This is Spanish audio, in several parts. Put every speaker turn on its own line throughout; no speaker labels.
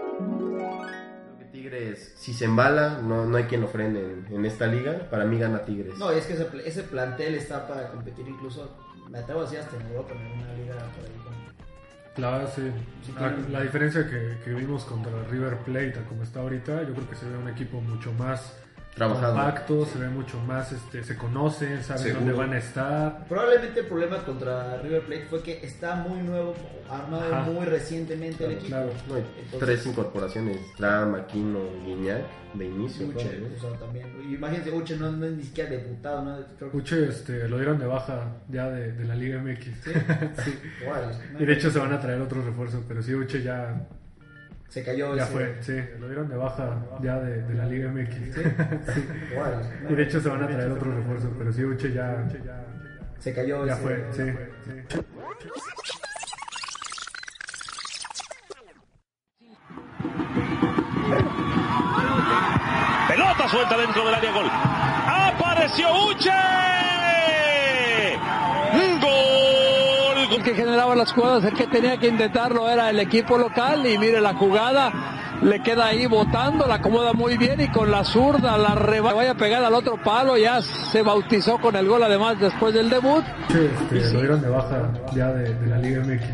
Creo que Tigres, si se embala, no, no hay quien lo frene en, en esta liga. Para mí gana Tigres.
No, y es que ese, pl- ese plantel está para competir incluso, me atrevo a decir, hasta en Europa, en una liga por ahí. con-
La, sí,
Sí,
la,
claro.
la diferencia que, que vimos contra River Plate, a como está ahorita, yo creo que se ve un equipo mucho más
Trabajado.
compacto, se ve mucho más, este, se conocen, saben
Seguro.
dónde van a estar.
Probablemente el problema contra River Plate fue que está muy nuevo, armado
Ajá.
muy recientemente el equipo.
Claro.
No, y
Entonces-
tres incorporaciones, Lam, Aquino, Guiñac, de inicio.
Uche,
¿eh?
todavía.
o sea, también. Y Imagínense, Uche no, no es ni siquiera debutado, ¿no? Creo que-
Uche este, lo dieron de baja ya de, de la Liga MX.
Sí. Igual, ¿no?
Y de hecho se van a traer otros refuerzos, pero sí, Uche ya,
se cayó
ya
ese-
fue, sí, lo dieron de baja ya de, de la Liga MX.
Igual, ¿no?
Y de hecho se van a traer otros refuerzos, pero sí, Uche ya,
se cayó
ya
ese-
fue, sí.
Pelota suelta dentro del área gol. Apareció Uche. Gol.
El que generaba las jugadas, el que tenía que intentarlo era el equipo local y mire la jugada, le queda ahí botando, la acomoda muy bien y con la zurda la reba, vaya a pegar al otro palo, ya se bautizó con el gol además después del debut.
Uche este, lo dieron de baja ya de, de la Liga MX.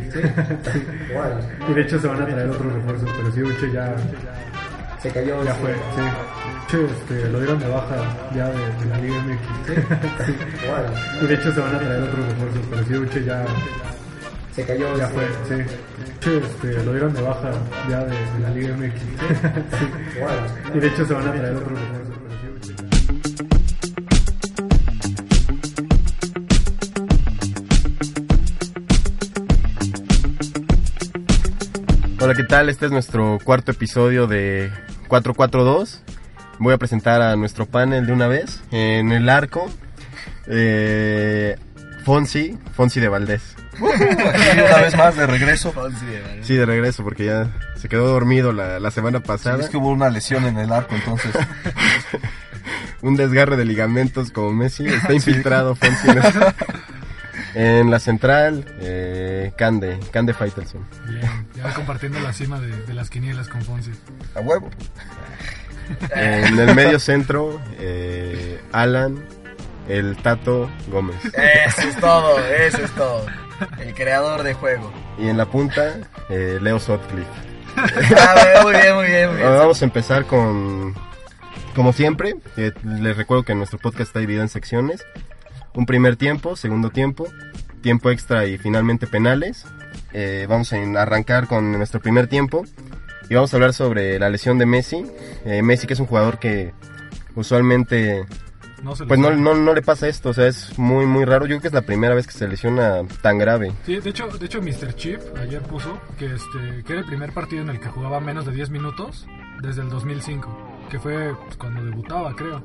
Sí.
Igual,
Y de hecho se van a traer otros refuerzos, pero sí, Uche ya,
se cayó
ya
ese-
fue, sí. Uche este, lo dieron de baja ya de, de la Liga MX. Sí.
Igual, ¿no?
Y de hecho se van a traer otros refuerzos, pero sí, Uche ya,
se cayó
ya
ese-
fue, sí. Uche este, lo dieron de baja ya de, de la Liga MX. Sí.
Igual, ¿no?
Y de hecho se van a traer otros refuerzos, pero sí, Uche.
Hola, ¿qué tal? Este es nuestro cuarto episodio de 442. Voy a presentar a nuestro panel de una vez. En el arco, eh, Fonsi, Fonsi de Valdés.
una vez más de regreso.
Oh,
Sí, de regreso, porque ya se quedó dormido la, la semana
Sí,
pasada.
es que hubo una lesión en el arco, entonces.
Un desgarre de ligamentos como Messi. Está infiltrado Fonsi. En, eso. En la central, eh, Cande, Cande Faitelson.
Bien, ya compartiendo la cima de, de las quinielas con Fonsi.
A huevo.
En el medio centro, eh, Alan, el Tato Gómez.
Eso es todo, eso es todo. El creador de juego.
Y en la punta, eh, Leo Sotcliffe.
A ver, Ah, muy bien, muy bien, muy bien.
Ahora vamos a empezar con, como siempre, eh, les recuerdo que nuestro podcast está dividido en secciones. Un primer tiempo, segundo tiempo, tiempo extra y finalmente penales. Eh, vamos a in- arrancar con nuestro primer tiempo y vamos a hablar sobre la lesión de Messi. Eh, Messi que es un jugador que usualmente
No se
pues
les-
no, no, no le pasa esto, o sea, es muy muy raro. Yo creo que es la primera vez que se lesiona tan grave.
Sí, de hecho, de hecho Mr. Chip ayer puso que, este, que era el primer partido en el que jugaba menos de 10 minutos desde el 2005, que fue pues, cuando debutaba, creo.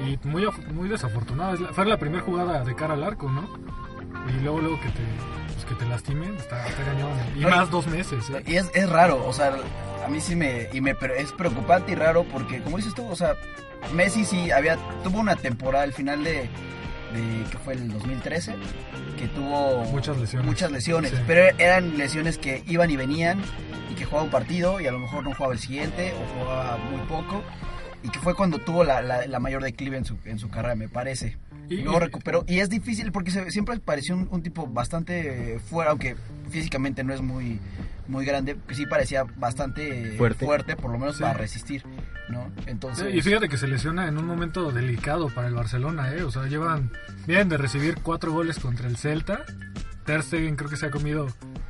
Y muy, af- muy desafortunada, es la- fue la primera jugada de cara al arco, ¿no? Y luego, luego que te, pues, que te lastimen, está, está cañón. Y más dos meses, ¿eh?
Y es, es raro, o sea, a mí sí me, y me pre- es preocupante y raro porque, como dices tú, o sea, Messi sí había, tuvo una temporada al final de, de que fue el 2013, que tuvo
Muchas lesiones.
muchas lesiones,
Sí.
pero eran lesiones que iban y venían y que jugaba un partido y a lo mejor no jugaba el siguiente o jugaba muy poco. Y que fue cuando tuvo la, la- la mayor declive en su, en su carrera, me parece.
Y-
Y luego recuperó. Y es difícil porque se- siempre pareció un, un tipo bastante eh, fuera, aunque físicamente no es muy, muy grande, que sí parecía bastante eh,
Fuerte.
por lo menos
Sí.
para resistir, ¿no?
Sí,
Entonces,
y fíjate que se lesiona en un momento delicado para el Barcelona, ¿eh? O sea, llevan, vienen de recibir cuatro goles contra el Celta. Ter Stegen creo que se ha comido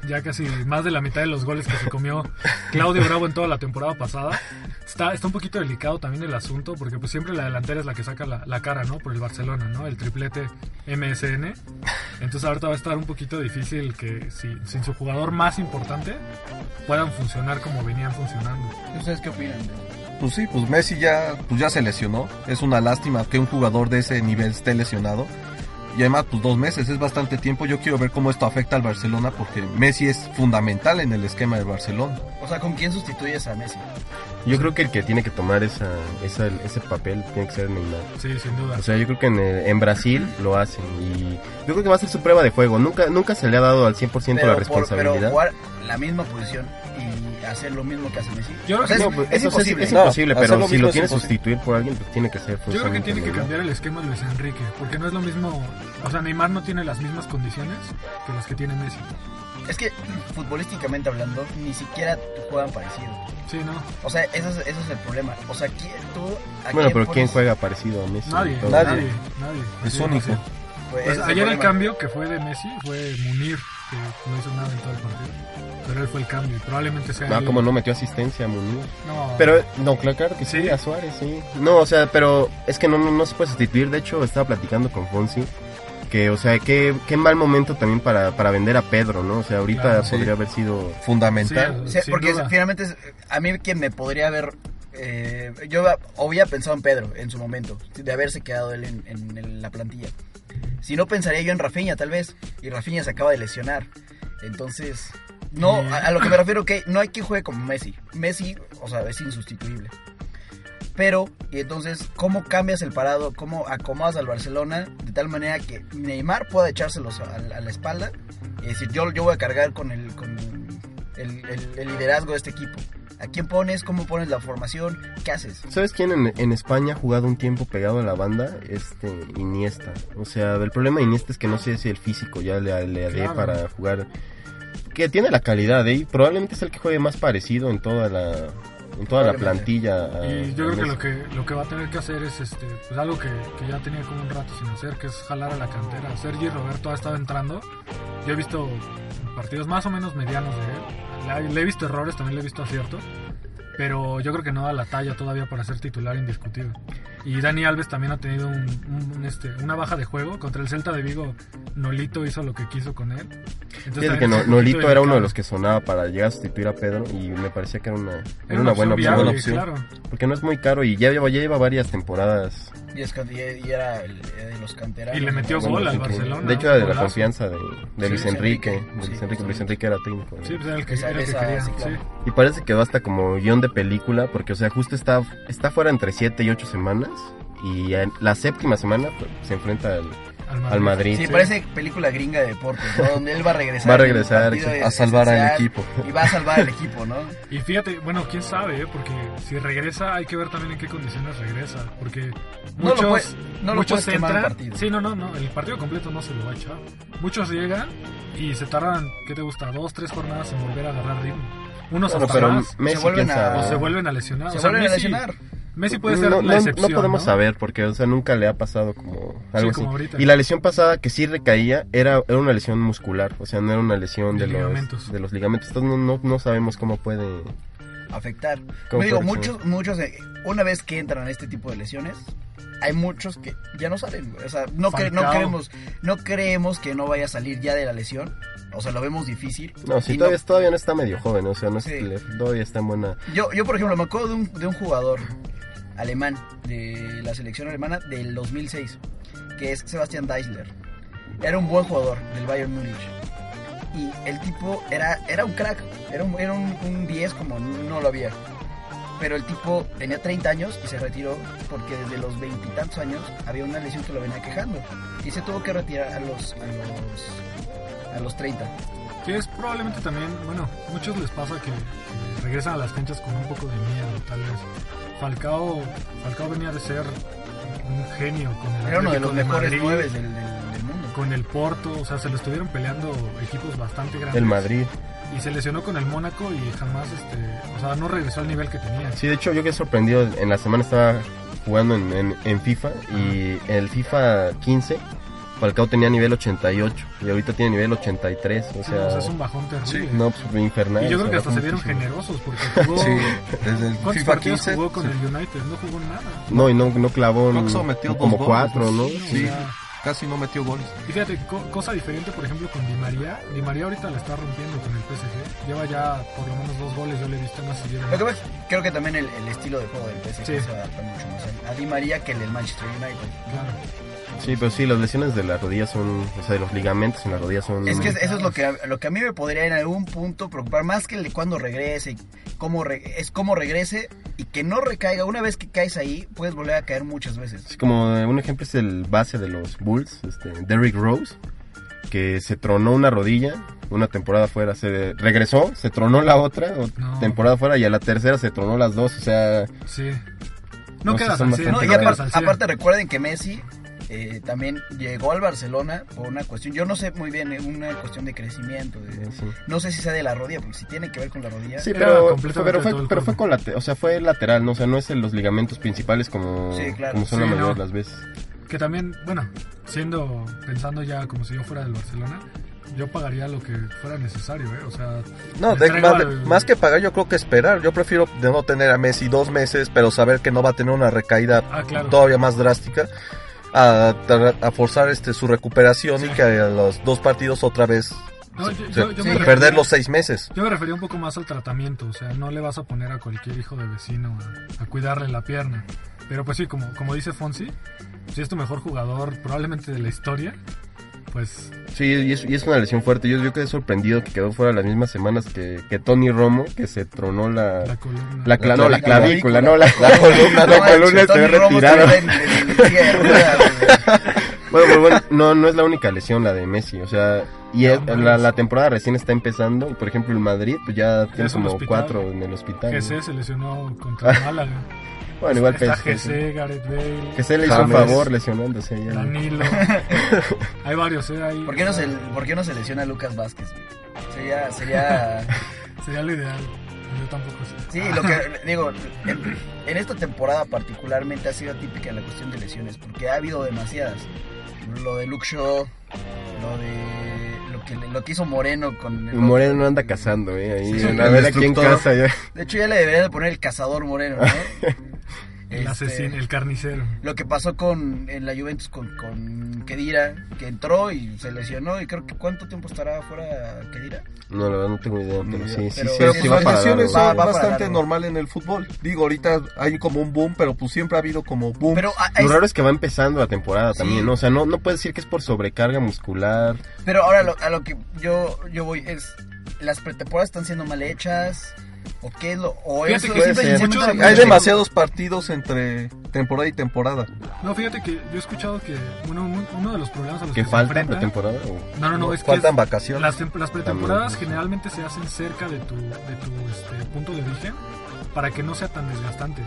ya casi más de la mitad de los goles que se comió Claudio Bravo en toda la temporada pasada. Está, está un poquito delicado también el asunto, porque pues siempre la delantera es la que saca la, la cara, ¿no? Por el Barcelona, ¿no? El triplete MSN. Entonces ahorita va a estar un poquito difícil que si- sin su jugador más importante puedan funcionar como venían funcionando.
¿ustedes qué opinan?
Pues sí, pues Messi ya, pues ya se lesionó. Es una lástima que un jugador de ese nivel esté lesionado. Y además, pues dos meses es bastante tiempo. Yo quiero ver cómo esto afecta al Barcelona porque Messi es fundamental en el esquema del Barcelona.
O sea, ¿con quién sustituyes a Messi?
Yo creo que el que tiene que tomar esa, esa- ese papel tiene que ser Neymar.
Sí, sin duda.
O sea, yo creo que en, el- en Brasil lo hacen y yo creo que va a ser su prueba de fuego. Nunca nunca se le ha dado al 100% la
por- pero
responsabilidad.
jugar la misma posición y hacer lo mismo que hace Messi.
Yo
O sea, es,
No, pues,
es
eso
imposible.
Es,
No,
imposible,
hacer
pero
lo
si
mismo
lo
es
tienes que
imposible.
sustituir por alguien, pues tiene que ser
Yo creo que tiene que
forzosamente
cambiar el esquema Luis Enrique, porque no es lo mismo, o sea, Neymar no tiene las mismas condiciones que las que tiene Messi.
Es que futbolísticamente hablando, ni siquiera juegan parecido.
Sí, no.
O sea, ese es, ese es el problema. O sea, ¿quién, tú, a
Bueno, pero
pones?
¿quién juega parecido a Messi?
Nadie,
Entonces,
nadie, nadie. Así
Es
de
único.
fácil.
Pues,
Pues
ese es
ayer el
problema.
cambio que fue de Messi fue Munir, que no hizo nada en todo el partido. Pero él fue el cambio, y probablemente sea.
No,
él-
como Ah, no metió asistencia a Munir.
No,
Pero, no, claro, claro que sí,
¿Sí?
a Suárez, sí. No, o sea, pero es que no, no, no se puede sustituir. De hecho, estaba platicando con Fonsi que, o sea, qué, qué mal momento también para, para vender a Pedro, ¿no? O sea, ahorita
Claro,
podría
sí.
haber sido...
Fundamental.
Sí,
sin
porque
duda.
finalmente es- a mí quien me podría haber... eh, yo había pensado en Pedro en su momento, de haberse quedado él en, en el- la plantilla. Si no, pensaría yo en Rafinha tal vez. Y Rafinha se acaba de lesionar. Entonces, no, a, a lo que me refiero que no hay que juegue como Messi. Messi, o sea, es insustituible. Pero, y entonces, ¿cómo cambias el parado? ¿Cómo acomodas al Barcelona de tal manera que Neymar pueda echárselos a, a la espalda? Y decir, yo, yo voy a cargar con, el, con el, el- el liderazgo de este equipo. ¿A quién pones? ¿Cómo pones la formación? ¿Qué haces?
¿Sabes quién en, en España ha jugado un tiempo pegado a la banda? Este, Iniesta. O sea, el problema de Iniesta es que no sé si el físico ya le, le haré
Claro.
para jugar. Que tiene la calidad, ¿eh? Y probablemente es el que juegue más parecido en toda la, en toda la
Probablemente.
plantilla. a-
Y
a
yo creo que
Messi.
lo, que lo que va a tener que hacer es este, pues algo que, que ya tenía como un rato sin hacer, que es jalar a la cantera. Sergi Roberto ha estado entrando. Yo he visto partidos más o menos medianos de él. Le, le he visto errores, también le he visto aciertos. Pero yo creo que no da la talla todavía para ser titular indiscutido. Y Dani Alves también ha tenido un, un- un, este, una baja de juego. Contra el Celta de Vigo, Nolito hizo lo que quiso con él. Entonces,
Fíjate
también
que
es un
no-
poquito
Nolito era uno de los
delicado.
que sonaba para llegar a sustituir a Pedro y me parecía que era una,
Era
era una buena opción.
viable,
buena opción.
Claro.
Porque no es muy caro y ya lleva, ya lleva varias temporadas.
Y, es, y y era el, el de los canteranos.
Y le metió
Bueno,
gol al
sin que-
Barcelona.
De hecho, era de la
golazo.
confianza de, de
Sí,
Luis
Luis
Enrique.
Enrique.
de Luis
Sí,
Enrique, Luis
justamente.
Enrique era técnico. ¿no?
Sí, pues era el que,
Esa-
era el que
esa-
quería.
sí, claro.
sí.
Y parece que va hasta como guión de película, porque, o sea, justo está, está fuera entre 7 y 8 semanas. Y en la séptima semana pues, se enfrenta al,
Al
al Madrid.
Sí, parece película gringa de deportes, ¿no? Donde él va a regresar.
Va a
en un
regresar,
partido
sí,
a salvar al
esencial
equipo.
Y va a salvar al equipo, ¿no?
Y fíjate, bueno, quién sabe, ¿eh? porque si regresa hay que ver también en qué condiciones regresa, porque
No lo
muchos,
puede- no lo
muchos
puedes quemar
entran,
el partido.
sí, no, no, no, el partido completo no se lo va a echar. Muchos llegan y se tardan, ¿qué te gusta? Dos, tres jornadas en volver a agarrar ritmo. Unos
Bueno,
hasta
pero
más,
Messi,
vuelven
quién
a-
sabe.
o se vuelven a lesionar.
Se
o sea,
vuelven a
Messi,
lesionar.
Messi puede ser
Mm, no,
la
no-
excepción.
no podemos
¿no?
saber porque o sea nunca le ha pasado como algo
como
así.
ahorita.
Y la lesión pasada que sí recaía era, era una lesión muscular, o sea, no era una lesión
De
de, los
ligamentos.
de los ligamentos. Entonces no, no, no sabemos cómo puede
Afectar.
¿Cómo
Me digo,
puede
muchos, muchos, eh, una vez que entran a este tipo de lesiones, hay muchos que ya no salen. güey. O sea, no, cre- no
Falcao.
creemos, no creemos que no vaya a salir ya de la lesión. O sea, lo vemos difícil.
No, sí
Y
todavía todavía no está medio joven, o sea, no es
Sí.
le- todavía está en buena.
Yo, yo, por ejemplo, me acuerdo de un, de un jugador alemán, de la selección alemana del 2006, que es Sebastian Deisler. Era un buen jugador del Bayern Múnich. Y el tipo era, era un crack, era un, era un, un 10 como no lo había. Pero el tipo tenía 30 años y se retiró porque desde los veintitantos años había una lesión que lo venía quejando. Y se tuvo que retirar a los, a los, a los 30.
Que es probablemente también, bueno, muchos les pasa que, que regresan a las canchas con un poco de miedo, tal vez. Falcao, Falcao venía de ser un genio con el
Era uno de
Atlético
los mejores
Madrid,
nueves del, del- del mundo.
con el Porto, o sea, se lo estuvieron peleando equipos bastante grandes.
El Madrid.
Y se lesionó con el Mónaco y jamás, este, o sea, no regresó al nivel que tenía.
Sí, de hecho yo quedé sorprendido, en la semana estaba jugando en, en- en FIFA y en el FIFA 15 Falcao tenía nivel 88 y ahorita tiene nivel 83, o
Sí, o sea, es
sea,
un bajón terrible.
no, pues infernal.
y yo
o
creo
sea,
que hasta se vieron
muchísimo.
generosos porque jugó...
Sí, desde el
¿Cuántos
FIFA
partidos
15.
jugó con
sí,
el United? No jugó nada.
No, y no, no clavó
Creo que
mm,
solo metió dos
como
goles,
cuatro, ¿no?
¿no? Sí.
O sea,
Casi no metió goles.
Y fíjate, co- cosa diferente, por ejemplo, con Di María. Di María ahorita la está rompiendo con el PSG. Lleva ya por lo menos dos goles, yo le he visto más si lleva
Lo que
más.
pasa es que creo que también el, el estilo de juego del PSG
Sí.
se adapta mucho más a- a Di María que el del Manchester United.
Claro.
Sí, pero sí, las lesiones de las rodillas son, o sea, de los ligamentos en las rodillas son...
Es que eso es lo que, lo que a mí me podría en algún punto preocupar, más que el de cuándo regrese, cómo re- es cómo regrese y que no recaiga. Una vez que caes ahí, puedes volver a caer muchas veces.
Sí, como eh, un ejemplo es el base de los Bulls, este, Derrick Rose, que se tronó una rodilla, una temporada fuera, se regresó, se tronó la otra, o-
No.
temporada fuera, y a la tercera se tronó las dos, o sea,
Sí.
No,
No,
sí
quedas
son
al 100.
bastante
No,
No,
y
graves.
aparte, aparte recuerden que Messi eh, también llegó al Barcelona por una cuestión, yo no sé muy bien, eh, una cuestión de crecimiento. de-
sí.
no sé si sea de la rodilla, porque si tiene que ver con la rodilla.
Sí,
Era
pero,
completamente
pero
todo
fue,
el
pero fue
cuerpo.
con la, o sea, fue lateral, ¿no? O sea, no es en los ligamentos principales como,
Sí, claro.
como son
Sí,
la mayoría
no.
de las veces.
Que también, bueno, siendo, pensando ya como si yo fuera del Barcelona, yo pagaría lo que fuera necesario, ¿eh? O sea,
No,
Me
de-
traigo
más, de-
al-
más que pagar, yo creo que esperar. Yo prefiero de no tener a Messi dos meses, pero saber que no va a tener una recaída
Ah, claro.
todavía más drástica, a, tra- a forzar este su recuperación y que a los dos partidos otra vez
No,
se-
yo- yo-
se-
yo me
perder
refería-
los seis meses.
yo me refería un poco más al tratamiento, o sea, no le vas a poner a cualquier hijo de vecino a, a cuidarle la pierna. Pero pues sí, como, como dice Fonsi, si es tu mejor jugador probablemente de la historia, pues
Sí, y es, y es una lesión fuerte. Yo, yo quedé sorprendido que quedó fuera las mismas semanas que, que Tony Romo, que se tronó la...
la columna...
La, cla- no, la clavícula, no, la,
La
columna, la columna se retirada. Bueno, pero bueno, no, no es la única lesión la de Messi, o sea, y
No
es-
mames.
la, la temporada recién está empezando y por ejemplo el Madrid pues ya tiene
es un
como
hospital.
cuatro en el hospital. ¿no?
GC se lesionó contra el Málaga.
Bueno, igual
Está
PSG, sí.
GC, eh, Gareth Bale,
que se le hizo un
James.
favor lesionándose ahí al-
Danilo. Hay varios, ¿eh? Hay-
¿Por qué, no se, ¿Por qué no se lesiona a Lucas Vázquez? güey? Sería, sería...
Sería lo ideal. Yo tampoco sé.
Sí, lo que digo, en, en esta temporada particularmente ha sido típica la cuestión de lesiones, porque ha habido demasiadas. Lo de Luke Shaw, lo de lo que, lo que hizo Moreno con...
Y Moreno no anda cazando, eh, ahí,
Sí,
a
el
ver a quién
instructor.
caza ya.
De hecho ya le deberían de poner el cazador Moreno, ¿no?
El
Este,
asesino, el carnicero.
Lo que pasó con en la Juventus con, con Kedira, que entró y se lesionó y creo que cuánto tiempo estará fuera Kedira.
No, la verdad no tengo idea, pero sí, sí,
Pero-
sí,
pero
sí
pues
va
las
las
para
lesiones
largo,
Va-
son
va para
eh, bastante
largo.
normal en el fútbol. Digo, ahorita hay como un boom, pero pues siempre ha habido como boom.
Pero, ah, a- a-
Lo raro es que va empezando la temporada
Sí.
también, ¿no? O sea, no, no puedes decir que es por sobrecarga muscular.
pero ahora lo- a lo que yo, yo voy es, las pretemporadas están siendo mal hechas. ¿O qué es lo.? O
Fíjate
eso,
que
puede
siempre se
ser.
inventa
Mucho-
la
hay
cuestión.
demasiados partidos entre temporada y temporada.
No, fíjate que yo he escuchado que uno, uno de los problemas a
Pues
los
Que
se
falta en la
enfrentan-
temporada. o-
No, no, no, es que
Faltan
es-
vacaciones.
las, tem- las pretemporadas
También.
generalmente se hacen cerca de tu, de tu este, punto de origen para que no sea tan desgastante.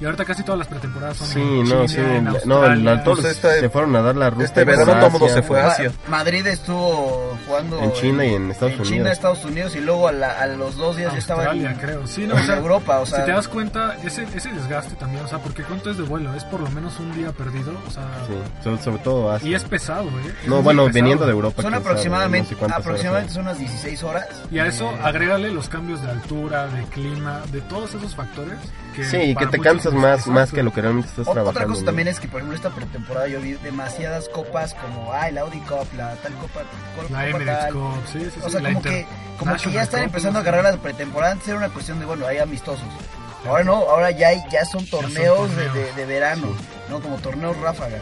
Y ahorita casi todas las pretemporadas son
Sí,
en China,
no, sí.
en
la- No,
Australia.
la- todos
Pues este-
se fueron a dar la ruta.
este verano
por
todo el mundo
Asia.
se fue a- Asia.
Ma- Madrid estuvo jugando.
En China y en Estados
en China,
Unidos.
Estados Unidos y luego a, la- a los dos días ya estaba en,
Australia, creo. Sí, no, o
en
sea,
Europa. O sea,
si te das cuenta, ese, ese desgaste también, o sea, porque cuánto es de vuelo, es por lo menos un día perdido, o sea,
Sí, sobre, sobre todo Asia.
y es pesado, ¿eh? Es
No,
muy
bueno,
pesado.
viniendo de Europa.
son
quién sabe,
aproximadamente,
no sé cuántas horas
aproximadamente
son.
son unas 16 horas.
Y a eso
Eh,
agrégale los cambios de altura, de clima, de todos esos factores. Que
Sí, que
para
te
muchos
cansas
es-
más,
exacto.
más que lo que realmente estás
Ot-
trabajando.
Otra cosa
¿no?
también es que, por ejemplo, esta pretemporada yo vi demasiadas copas como, ay, la Audi Cup, la tal copa, col-
La
copa
Emirates
tal.
Cup, sí, sí, sí.
O sea,
la
como
Inter-
que, como que ya
National
están
Cup,
empezando a
no sé.
agarrar la pretemporada. Antes era una cuestión de, bueno, hay amistosos. Ahora no, ahora ya, hay- ya son
son
torneos de, de-
torneos.
de verano, ¿no? Como torneos ráfaga.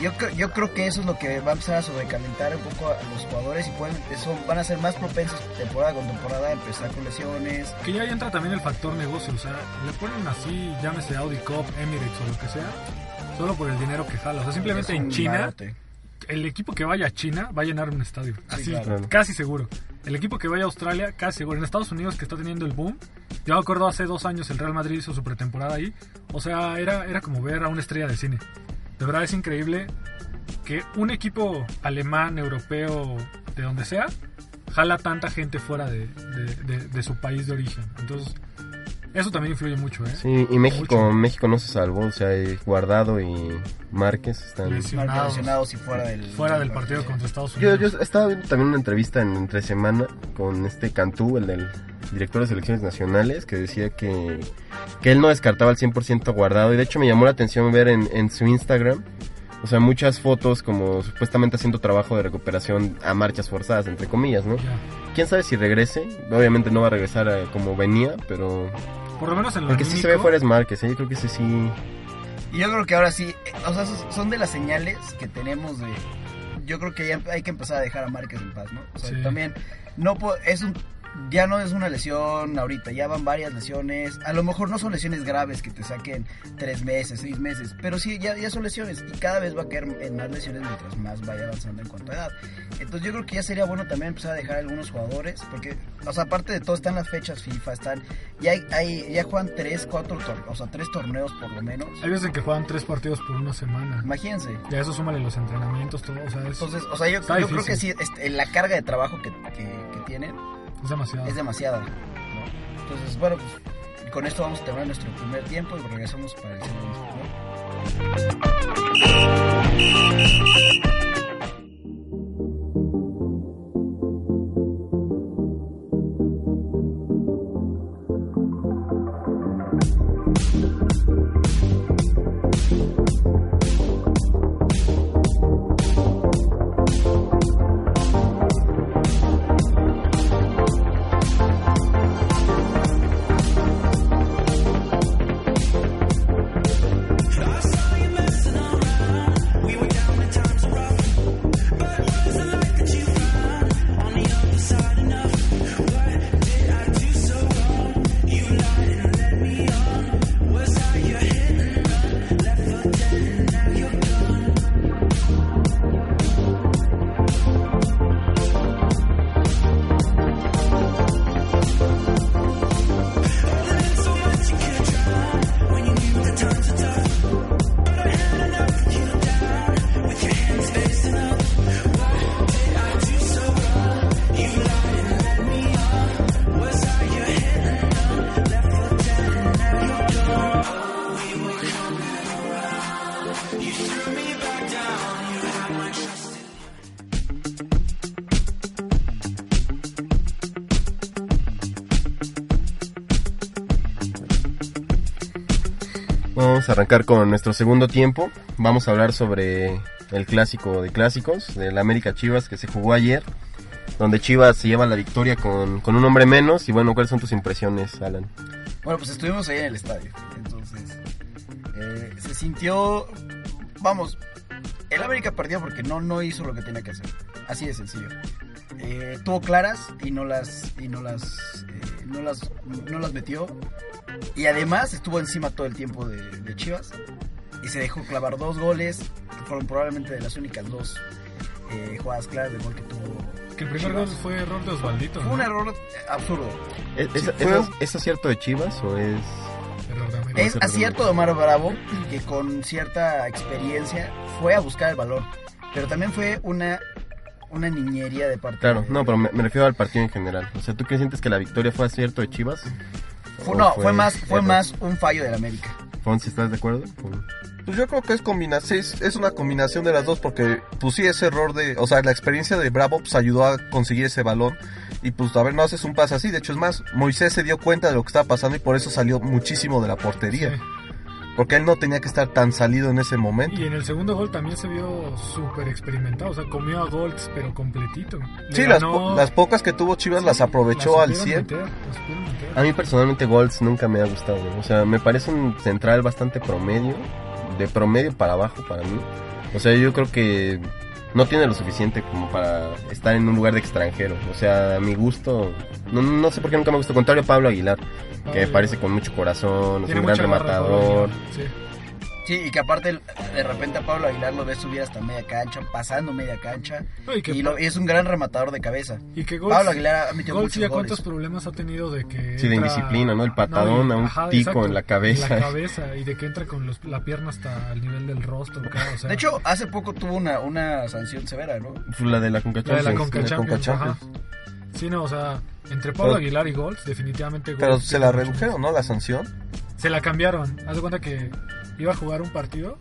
Y yo, creo- yo creo que eso es lo que va a empezar a sobrecalentar un poco a a los jugadores y pueden, eso, van a ser más propensos temporada con temporada a empezar con lesiones.
Que ya entra también el factor negocio, o sea, le ponen así, llámese Audi Cup, Emirates o lo que sea, solo por el dinero que jala. O sea, simplemente
Es un
en China,
barote.
el equipo que vaya a China va a llenar un estadio. Así,
claro.
casi seguro. El equipo que vaya a Australia, casi seguro. En Estados Unidos, que está teniendo el boom, yo me acuerdo hace dos años el Real Madrid hizo su pretemporada ahí. O sea, era, era como ver a una estrella de cine. De verdad es increíble que un equipo alemán, europeo, de donde sea, jala tanta gente fuera de, de- de- de su país de origen. Entonces, eso también influye mucho, ¿eh?
Sí, y México,
Mucho.
México no se salvó. O sea, y Guardado y Márquez están.
Marcos
Lesionados,
lesionados y fuera del,
fuera del partido contra Estados
Yo,
Unidos.
yo estaba viendo también una entrevista en entre semana con este Cantú, el del director de selecciones nacionales, que decía que, que él no descartaba al 100% guardado. Y de hecho me llamó la atención ver en, en su Instagram, o sea, muchas fotos como supuestamente haciendo trabajo de recuperación a marchas forzadas, entre comillas, ¿no?
Ya.
Quién sabe si regrese. Obviamente no va a regresar a como venía, pero.
Por lo menos en lo
Porque sí se ve
anímico,
fuera es Márquez, ¿eh? yo creo que ese sí.
Y yo creo que ahora sí, eh, o sea, esos son de las señales que tenemos de... Yo creo que ya hay que empezar a dejar a Márquez en paz, ¿no? O sea,
Sí.
también no po- es un ya no es una lesión ahorita, ya van varias lesiones. A lo mejor no son lesiones graves que te saquen tres meses, seis meses, pero sí, ya, ya son lesiones y cada vez va a caer en más lesiones mientras más vaya avanzando en cuanto a edad. Entonces yo creo que ya sería bueno también empezar a dejar a algunos jugadores, porque, o sea, aparte de todo, están las fechas FIFA, están, ya, hay, hay- ya juegan tres, cuatro, tor- o sea, tres torneos por lo menos.
Hay veces que juegan tres partidos por una semana.
Imagínense.
Y a eso súmale los entrenamientos, todo. O sea, es,
Entonces, o sea, yo,
Está
yo creo que sí,
difícil.
este, la carga de trabajo que, que- que tienen
es demasiado.
es demasiada. ¿no? Entonces, bueno, pues con esto vamos a terminar nuestro primer tiempo y regresamos para el segundo. ¿no?
Vamos a arrancar con nuestro segundo tiempo. Vamos a hablar sobre el clásico de clásicos, del América Chivas que se jugó ayer, donde Chivas se lleva la victoria con, con un hombre menos. Y bueno, ¿cuáles son tus impresiones, Alan?
Bueno, pues estuvimos ahí en el estadio. Entonces, eh, se sintió, vamos, el América perdió porque no, no hizo lo que tenía que hacer. Así de sencillo. Eh, tuvo claras y no las y no las eh, no las no las metió y además estuvo encima todo el tiempo de, de Chivas y se dejó clavar dos goles que fueron probablemente de las únicas dos eh, jugadas claras de gol que tuvo
Que el primer
Chivas.
gol fue error de Osvaldito.
fue un
¿no?
error absurdo
¿Es, es-
Sí,
es-
fue-
es acierto de Chivas o es.?
Error de América.
Es acierto de Omar Bravo, que con cierta experiencia fue a buscar el valor, pero también fue una, una niñería de parte
Claro,
de-
no, pero me, me refiero al partido en general. O sea, ¿tú qué sientes que la victoria fue acierto de Chivas?
Fue-
¿O
no, fue, más, fue
error?
más un fallo del América.
Fonsi, ¿estás de acuerdo? Con-
Pues yo creo que es, combina sí, es, es una combinación de las dos, porque pues sí, ese error de. O sea, la experiencia de Bravo pues, ayudó a conseguir ese balón. Y pues, a ver, no haces un pase así. De hecho, es más, Moisés se dio cuenta de lo que estaba pasando y por eso salió muchísimo de la portería.
Sí.
Porque él no tenía que estar tan salido en ese momento.
Y en el segundo gol también se vio súper experimentado. O sea, comió a Golds, pero completito. Le
Sí, las,
ganó-
po- las pocas que tuvo Chivas las aprovechó
las
al
supieron
100.
meter, las supieron meter.
A mí personalmente Golds nunca me ha gustado. O sea, me parece un central bastante promedio, de promedio para abajo para mí. O sea, yo creo que no tiene lo suficiente como para estar en un lugar de extranjero. O sea, a mi gusto, no, no sé por qué nunca me gustó. Contrario a Pablo Aguilar, que me
Pablo
parece con mucho corazón, es
Tiene
un gran
mucha garra,
rematador.
Pablo. Sí.
Sí, y que aparte de repente a Pablo Aguilar lo ves subir hasta media cancha, pasando media cancha,
No, y que-
y, lo- y es un gran rematador de cabeza.
Y que
Pablo Aguilar ha metido
Golds
muchos
ya
goles.
cuántos problemas ha tenido de que.
Sí, de indisciplina, ¿no? El patadón a un tico en la cabeza.
En la cabeza y de que entra con los- la pierna hasta el nivel del rostro. acá, o sea,
De hecho, hace poco tuvo una, una sanción severa, ¿no?
La de la Conca
la de la
Champions, la
Conca
de
Champions,
Conca
ajá.
Champions.
Sí, no, o sea, entre Pablo
Pero-
Aguilar y Golds, definitivamente.
Pero
Golds
se la
tiene mucho
redujeron, ¿no? La sanción.
Se la cambiaron. Haz de cuenta que iba a jugar un partido,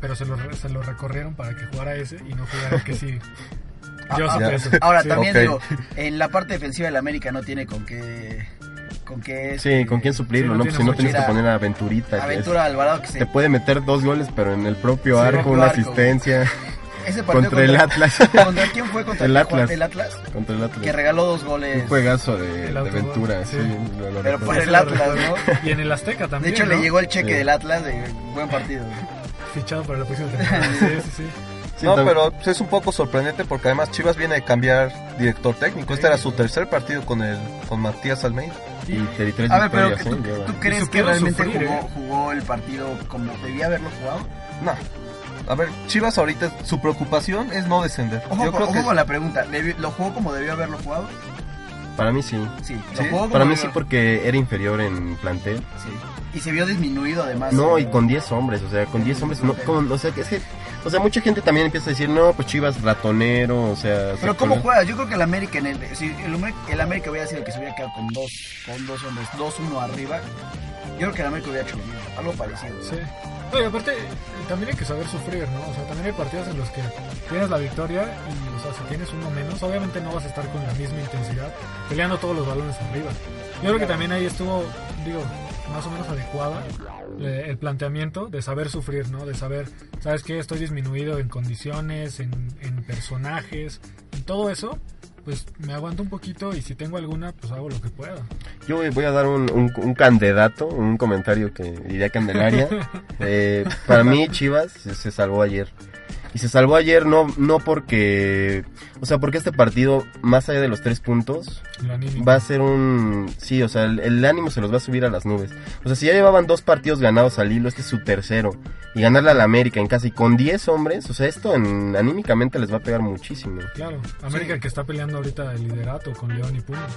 pero se lo, re- se lo recorrieron para que jugara ese y no jugara el que sí. Yo
Ah,
supe
ya.
eso.
Ahora
Sí.
también
ok.
digo, en la parte defensiva del América no tiene con qué con qué
Sí, ¿con quién suplirlo?
Sí, no
no, pues
tiene
si no
mucho.
tienes que
Mira,
poner a Aventurita. que es-
Aventura Alvarado que se
Te puede meter dos goles, pero en el propio
Sí,
arco,
propio
una
arco.
asistencia.
ese partido
Contra el Atlas.
¿Contra quién fue? ¿Contra
El
el Atlas?
Atlas.
El Atlas.
Contra el
Que
Atlas.
regaló dos
Un
goles.
juegazo de,
El
de
autogol,
Ventura, sí.
sí.
lo- lo
Pero
recuerdo.
para el Atlas, ¿no?
Y en el Azteca
De
también.
hecho, le
¿no?
llegó el cheque
Sí.
del Atlas de buen partido.
Fichado para la próxima temporada. Sí, sí, sí.
Sí,
No,
tam-
pero pues, es un poco sorprendente porque además Chivas viene a cambiar director técnico. Este era su tercer partido con el con Matías Almeida.
Y 33
A ver, pero
victorias,
¿tú,
¿eh? Lleva.
tú crees que
supieron
realmente
sufrir,
jugó,
¿eh?
jugó el partido como debía haberlo jugado?
No. A ver, Chivas ahorita su preocupación es no descender.
Ojo,
Yo creo
ojo
que
con la pregunta. ¿debió- ¿Lo jugó como debió haberlo jugado?
Para mí sí.
Sí. ¿Lo
Sí,
jugó como
Para mí sí
debió-
porque era inferior en plantel.
sí. Y se vio disminuido además.
No, y con 10 hombres, o sea, con 10 hombres, no, con- o sea, que es que, o sea, mucha gente también empieza a decir, no, pues Chivas ratonero, o sea...
Pero
se
¿cómo
pone-
juega? Yo creo que el América en el, si el, Amer- el América hubiera sido el que se hubiera quedado con dos, con dos hombres, dos uno arriba. Yo creo que el América hubiera hecho lo mismo, algo parecido.
Sí. No, y aparte, eh, también hay que saber sufrir, ¿no? O sea, también hay partidos en los que tienes la victoria y, o sea, si tienes uno menos, obviamente no vas a estar con la misma intensidad peleando todos los balones arriba. Yo creo que también ahí estuvo, digo, más o menos adecuada eh, el planteamiento de saber sufrir, ¿no? De saber, ¿sabes qué? Estoy disminuido en condiciones, en, en personajes, en todo eso. Pues me aguanto un poquito y si tengo alguna, pues hago lo que pueda.
Yo voy- voy a dar un, un- un candidato, un comentario que diría Candelaria. Eh, para mí Chivas se, se salvó ayer. Y se salvó ayer no, no porque... O sea, porque este partido, más allá de los tres puntos,
Lo anímico.
va a ser un... Sí, o sea, el, el ánimo se los va a subir a las nubes. O sea, si ya llevaban dos partidos ganados al hilo, este es su tercero. Y ganarle al América en casa y con 10 hombres, o sea, esto en- anímicamente les va a pegar muchísimo.
Claro, América que está peleando ahorita el liderato con León y Pumas.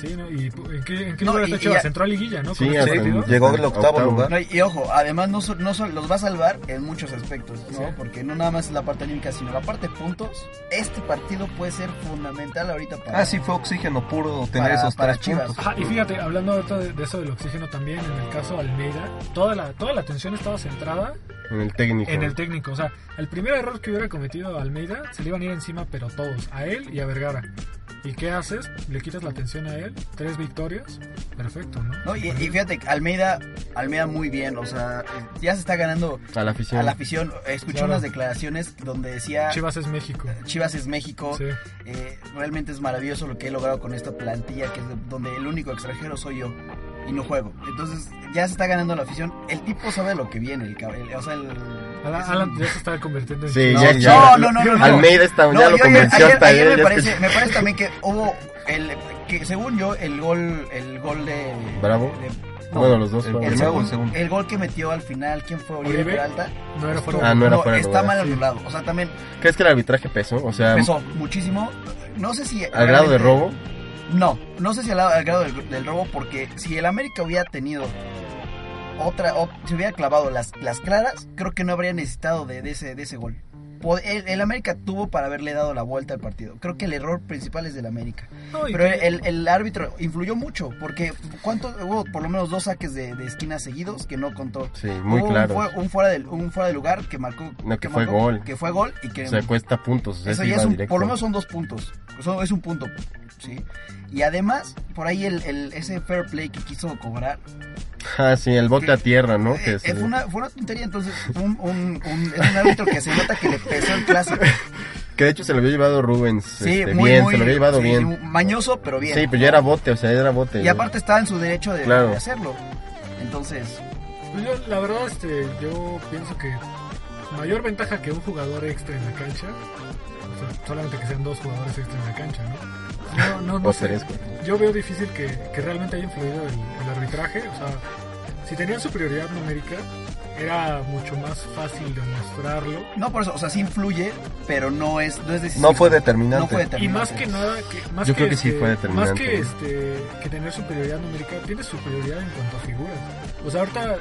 Sí, ¿no? ¿Y pu- en qué, en qué
No,
lugar
y-
está
y
Chivas?
ya-
¿Entró a liguilla, no?
Sí,
Con
hasta
este partido.
en-
llegó
hasta
el octavo lugar.
No, y, y ojo, además no, so- no so- los va a salvar en muchos aspectos, ¿no?
Sí.
Porque no nada más es la parte anímica, sino la parte de puntos. Este partido puede ser fundamental ahorita para...
Ah, sí, fue oxígeno puro tener
Para-
esos
para
tres
Chivas.
puntos.
Ajá, y fíjate, hablando ahorita de, de eso del oxígeno también, en el caso de Almeida, toda la, toda la atención estaba centrada
En el técnico.
en el técnico. O sea, el primer error que hubiera cometido Almeida, se le iban a ir encima, pero todos, a él y a Vergara. ¿Y qué haces? Le quitas la atención a él, tres victorias, perfecto, ¿no?
¿no? Y, y fíjate, Almeida, Almeida muy bien, o sea, eh, ya se está ganando
a la afición.
a la afición. Escuché
Claro.
unas declaraciones donde decía...
Chivas es México.
Chivas es México.
Sí.
Eh, realmente es maravilloso lo que he logrado con esta plantilla, que es de- donde el único extranjero soy yo y no juego. Entonces ya se está ganando la afición. El tipo sabe lo que viene, el, cab- el- o sea, el...
Alan,
es
Alan
un-
ya se está convirtiendo en
Sí, ya,
Chivas.
No,
ya.
no, no, no, no.
Almeida está,
No,
ya lo
yo ayer-
convenció
ayer-
hasta
ayer
él.
me,
ya
parece,
es que-
me parece también que hubo el que según yo el gol el gol de
Bravo.
de- no,
Bueno, los dos.
el
fueron.
el,
primero o
segun-
el segundo.
el gol que metió al final quién fue Oribe,
Oribe.
Peralta
No era fuera de-
Ah, no era fuera de
está
lugar,
mal anulado o sea también
¿Crees que el arbitraje pesó? O sea,
pesó muchísimo no sé si
al grado de
realmente-
robo.
No, no sé si al, al grado del, del robo, porque si el América hubiera tenido otra, o- se hubiera clavado las, las claras, creo que no habría necesitado de, de ese, de ese gol. Po- El, el América tuvo para haberle dado la vuelta al partido. Creo que el error principal es del América.
No, y-
Pero el, el árbitro influyó mucho, porque ¿cuánto, hubo por lo menos dos saques de, de esquina seguidos que no contó.
Sí, muy
Hubo un
claro.
fue- Un, fuera del- un fuera de lugar que marcó.
No, que fue
marcó-
gol.
Que fue gol y que
O sea, cuesta puntos. O sea,
eso
sí
ya
va
es un,
directo.
por lo menos son dos puntos. Eso es un punto, ¿sí? Y además, por ahí el, el- ese fair play que quiso cobrar
Ah, sí, el bote
que-
a tierra, ¿no? Que
eh,
se-
eh, fue, una, fue una tontería. Entonces, un, un, un- es un árbitro que se nota que le pesó el clásico.
Que de hecho se lo había llevado Rubens.
Sí,
este,
muy,
bien,
muy-
se lo había llevado
sí,
bien.
sí, mañoso, pero bien.
Sí, pero ya era bote, o sea, ya era bote.
Y aparte estaba en su derecho de,
Claro.
de hacerlo. Entonces,
Pues yo, la verdad, este, yo pienso que mayor ventaja que un jugador extra en la cancha, o sea, solamente que sean dos jugadores extra en la cancha, ¿no? No, no, no
O
sé.
tres, güey.
Yo veo difícil que, que realmente haya influido el, el arbitraje, o sea, si tenían superioridad numérica, era mucho más fácil demostrarlo.
no por eso, o sea, sí influye, pero no es, no es decisivo.
No fue
No
determinante.
fue
Y más
determinante.
que nada, que, más
Yo creo que sí
este,
fue determinante,
Más que,
¿no?
este, que tener superioridad numérica, tienes superioridad en cuanto a figuras. O sea, ahorita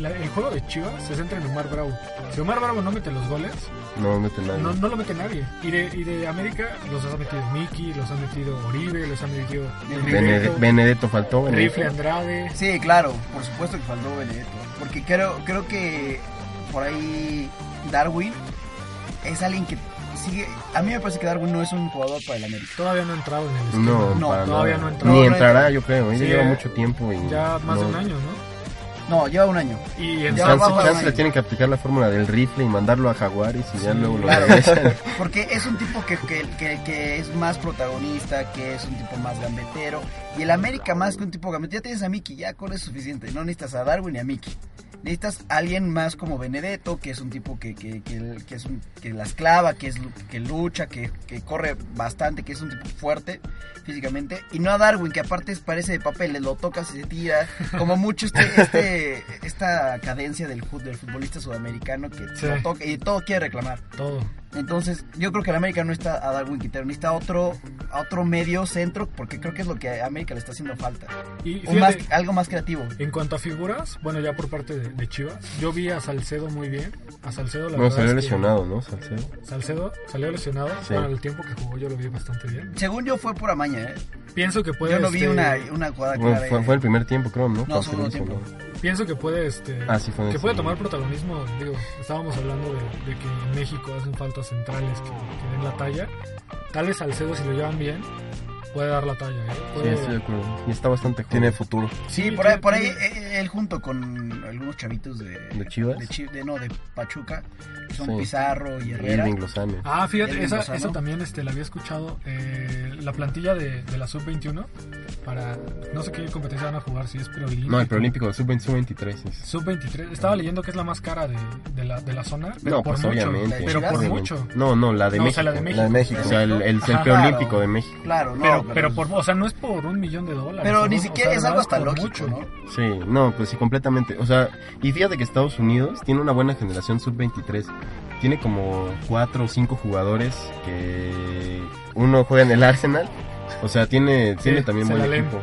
la- el juego de Chivas se centra en Omar Bravo. Si Omar Bravo no mete los goles,
No, no te nadie.
no, no lo mete nadie. Y de, y de América los ha metido Miki, los ha metido Oribe, los ha metido
Benede-
Benedetto,
Benedetto faltó. Benedetto.
Rifle Andrade.
Sí, claro, por supuesto que faltó Benedetto. Porque creo, creo que por ahí Darwin es alguien que sigue. A mí me parece que Darwin no es un jugador para el América.
Todavía no ha entrado en el esquema.
No,
No,
para
todavía
nada.
no entró.
Ni
No, no
entrará, yo creo. Ella
Sí,
lleva
eh,
mucho tiempo y.
Ya más de
no.
un año, ¿no?
No, lleva un año.
Y en
Ya
San
Chance,
vamos,
chance
güey.
le tienen que aplicar la fórmula del rifle y mandarlo a Jaguares y ya
Sí,
luego lo
claro.
regresan.
Porque es un tipo que, que- que- que es más protagonista, que es un tipo más gambetero. Y el América más que un tipo gambetero. Ya tienes a Mickey, ya con eso es suficiente. No necesitas a Darwin ni a Mickey. Necesitas a alguien más como Benedetto, que es un tipo que, que, que- que es un- que la esclava, que, es, lu- que lucha, que, que corre bastante, que es un tipo fuerte físicamente. Y no a Darwin, que aparte es- parece de papel, le lo tocas y se tira. Como mucho este, este- esta cadencia del, fut- del futbolista sudamericano que
Sí.
lo toca y todo quiere reclamar.
todo.
Entonces, yo creo que el América no está a Darwin Quintero, necesita otro, a otro medio centro, porque creo que es lo que a América le está haciendo falta.
Y
Un más-
fíjate,
algo más creativo.
en cuanto a figuras, bueno, ya por parte de, de Chivas, yo vi a Salcedo muy bien. A Salcedo, la
Bueno,
verdad.
salió
es que- Ah,
lesionado, ¿no? Salcedo.
Salcedo salió lesionado.
Sí.
Para el tiempo que jugó, yo lo vi bastante bien.
Según yo fue por amaña, ¿eh?
Pienso que puede.
yo no vi
este,
una, una jugada
Bueno,
clara.
fue,
eh.
de-
fue el primer tiempo, creo, ¿no?
No,
Cuando
segundo
se lesionó.
Pienso que puede, este,
Ah, sí, fue en
que
el
puede
segundo.
tomar protagonismo. Digo, estábamos hablando de, de que en México hacen falta centrales que, que den la talla. Tal vez Salcedo, si lo llevan bien, puede dar la talla. ¿eh?
Sí,
Puede-
estoy de acuerdo. Y está bastante joven.
Tiene futuro.
Sí,
sí,
por ahí,
tiene-
por ahí
tiene-
eh, él junto con algunos chavitos de...
¿De Chivas?
De, Chi- de- no, de Pachuca, que son
Sí.
Pizarro y Herrera.
Irving Lozano.
Ah, fíjate,
Irving
esa,
Lozano.
esa también este, la había escuchado. eh, la plantilla de, de la Sub-21 para no sé qué competencia van a jugar, si es preolímpico.
No, el preolímpico, sub-20, sub-23. es-
Sub-23. Estaba leyendo que es la más cara de, de la, de la zona. Pero
No,
por
pues
mucho,
obviamente.
Pero por
Obviamente.
mucho.
No, no, la de
No, o
México.
sea, la de México.
O sea, el, el- el
Ajá.
preolímpico de México.
Claro, no.
Pero, pero por, o sea, no es por un millón de dólares.
pero
¿no?
ni
O
siquiera
sea,
es
de
algo
verdad
hasta
por
lógico,
mucho.
¿no?
Sí, no, pues sí, completamente. O sea, y fíjate que Estados Unidos tiene una buena generación sub-23. Tiene como cuatro o cinco jugadores que uno juega en el Arsenal. O sea, tiene, tiene también
se
buen
la leen.
equipo.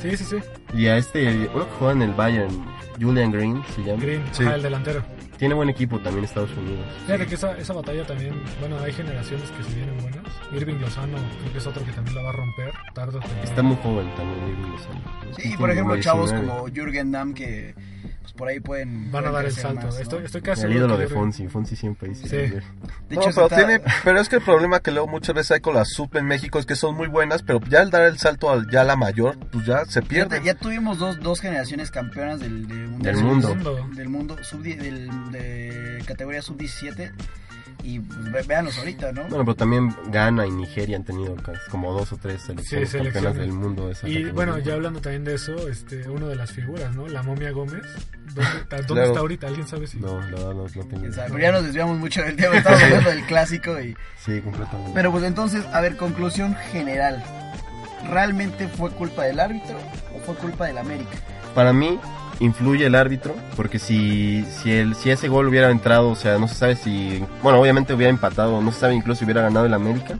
Sí, sí, sí.
Y a este, uno que juega en el Bayern, Julian Green se llama.
Green,
Sí.
ajá, Ah, el delantero.
Tiene buen equipo también Estados Unidos.
Fíjate que esa, esa batalla también, bueno, hay generaciones que se vienen buenas. Irving Lozano creo que es otro que también la va a romper tarde o temprano.
Está muy joven también. Irving Lozano.
Sí,
Tiene
por ejemplo,
como
chavos
19.
como Jürgen Damm, que pues, por ahí pueden...
Van a
pueden
dar el
crecer
salto.
más, ¿no?
estoy, estoy casi
El
seguro
ídolo
que
de
Irving-
Fonsi, Fonsi siempre dice.
Sí.
De
No,
hecho,
pero,
está-
tiene, pero es que el problema que luego muchas veces hay con las sub en México es que son muy buenas, pero ya al dar el salto al, ya a la mayor, pues ya se
Fíjate,
pierde.
Ya tuvimos dos, dos generaciones campeonas del, de un-
Del mundo.
Mundo.
Del mundo sub, del, de categoría sub-17. Y pues, ve- véanlos ahorita, ¿no?
Bueno, pero también Ghana y Nigeria han tenido ca- como dos o tres selecciones,
Sí, selecciones.
campeonas del mundo. de esa
Y
categoría.
bueno, ya hablando también de eso, este, una de las figuras, ¿no? La momia Gómez. ¿Dónde, ta- dónde
Claro.
está ahorita? ¿Alguien sabe si?
No, la verdad no, no tengo
O
idea.
sea, pero ya nos desviamos mucho del tema, estamos hablando del clásico. Y...
Sí, completamente.
Pero pues entonces, a ver, conclusión general. ¿Realmente fue culpa del árbitro o fue culpa del América?
Para mí, influye el árbitro, porque si, si, el, si ese gol hubiera entrado, o sea, no se sabe si... Bueno, obviamente hubiera empatado, no se sabe incluso si hubiera ganado el América.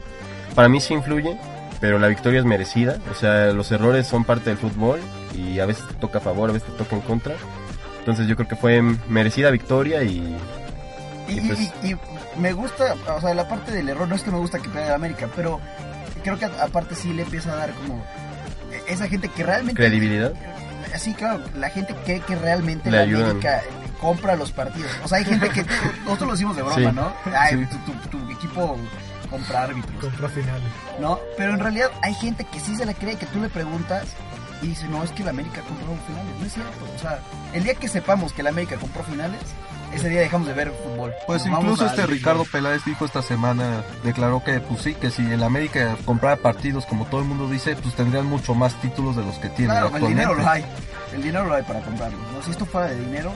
Para mí sí influye, pero la victoria es merecida. O sea, los errores son parte del fútbol y a veces te toca a favor, a veces te toca en contra. Entonces yo creo que fue merecida victoria y
Y,
Y pues-
y- y me gusta, o sea, la parte del error, no es que me gusta que pegue el América, pero creo que a- aparte sí le empieza a dar como eh, esa gente que realmente
credibilidad.
Sí, claro, la gente cree que realmente
Le
la
ayudan.
América eh, compra los partidos. O sea, hay gente que. Nosotros lo decimos de broma,
Sí,
¿no? Ay,
sí.
tu, tu- tu equipo compra árbitros,
Compra finales.
¿no? Pero en realidad hay gente que sí se la cree, que tú le preguntas y dice, no, es que la América compró finales. No es cierto. O sea, el día que sepamos que la América compró finales, ese día dejamos de ver fútbol.
Pues
Nos vamos
incluso
al
este
béisbol.
Ricardo Peláez dijo esta semana, declaró que pues sí, que si el América comprara partidos como todo el mundo dice, pues tendrían mucho más títulos de los que tienen
Claro, el
actualmente.
dinero lo hay. El dinero lo hay para comprarlo. ¿no? Si esto fuera de dinero,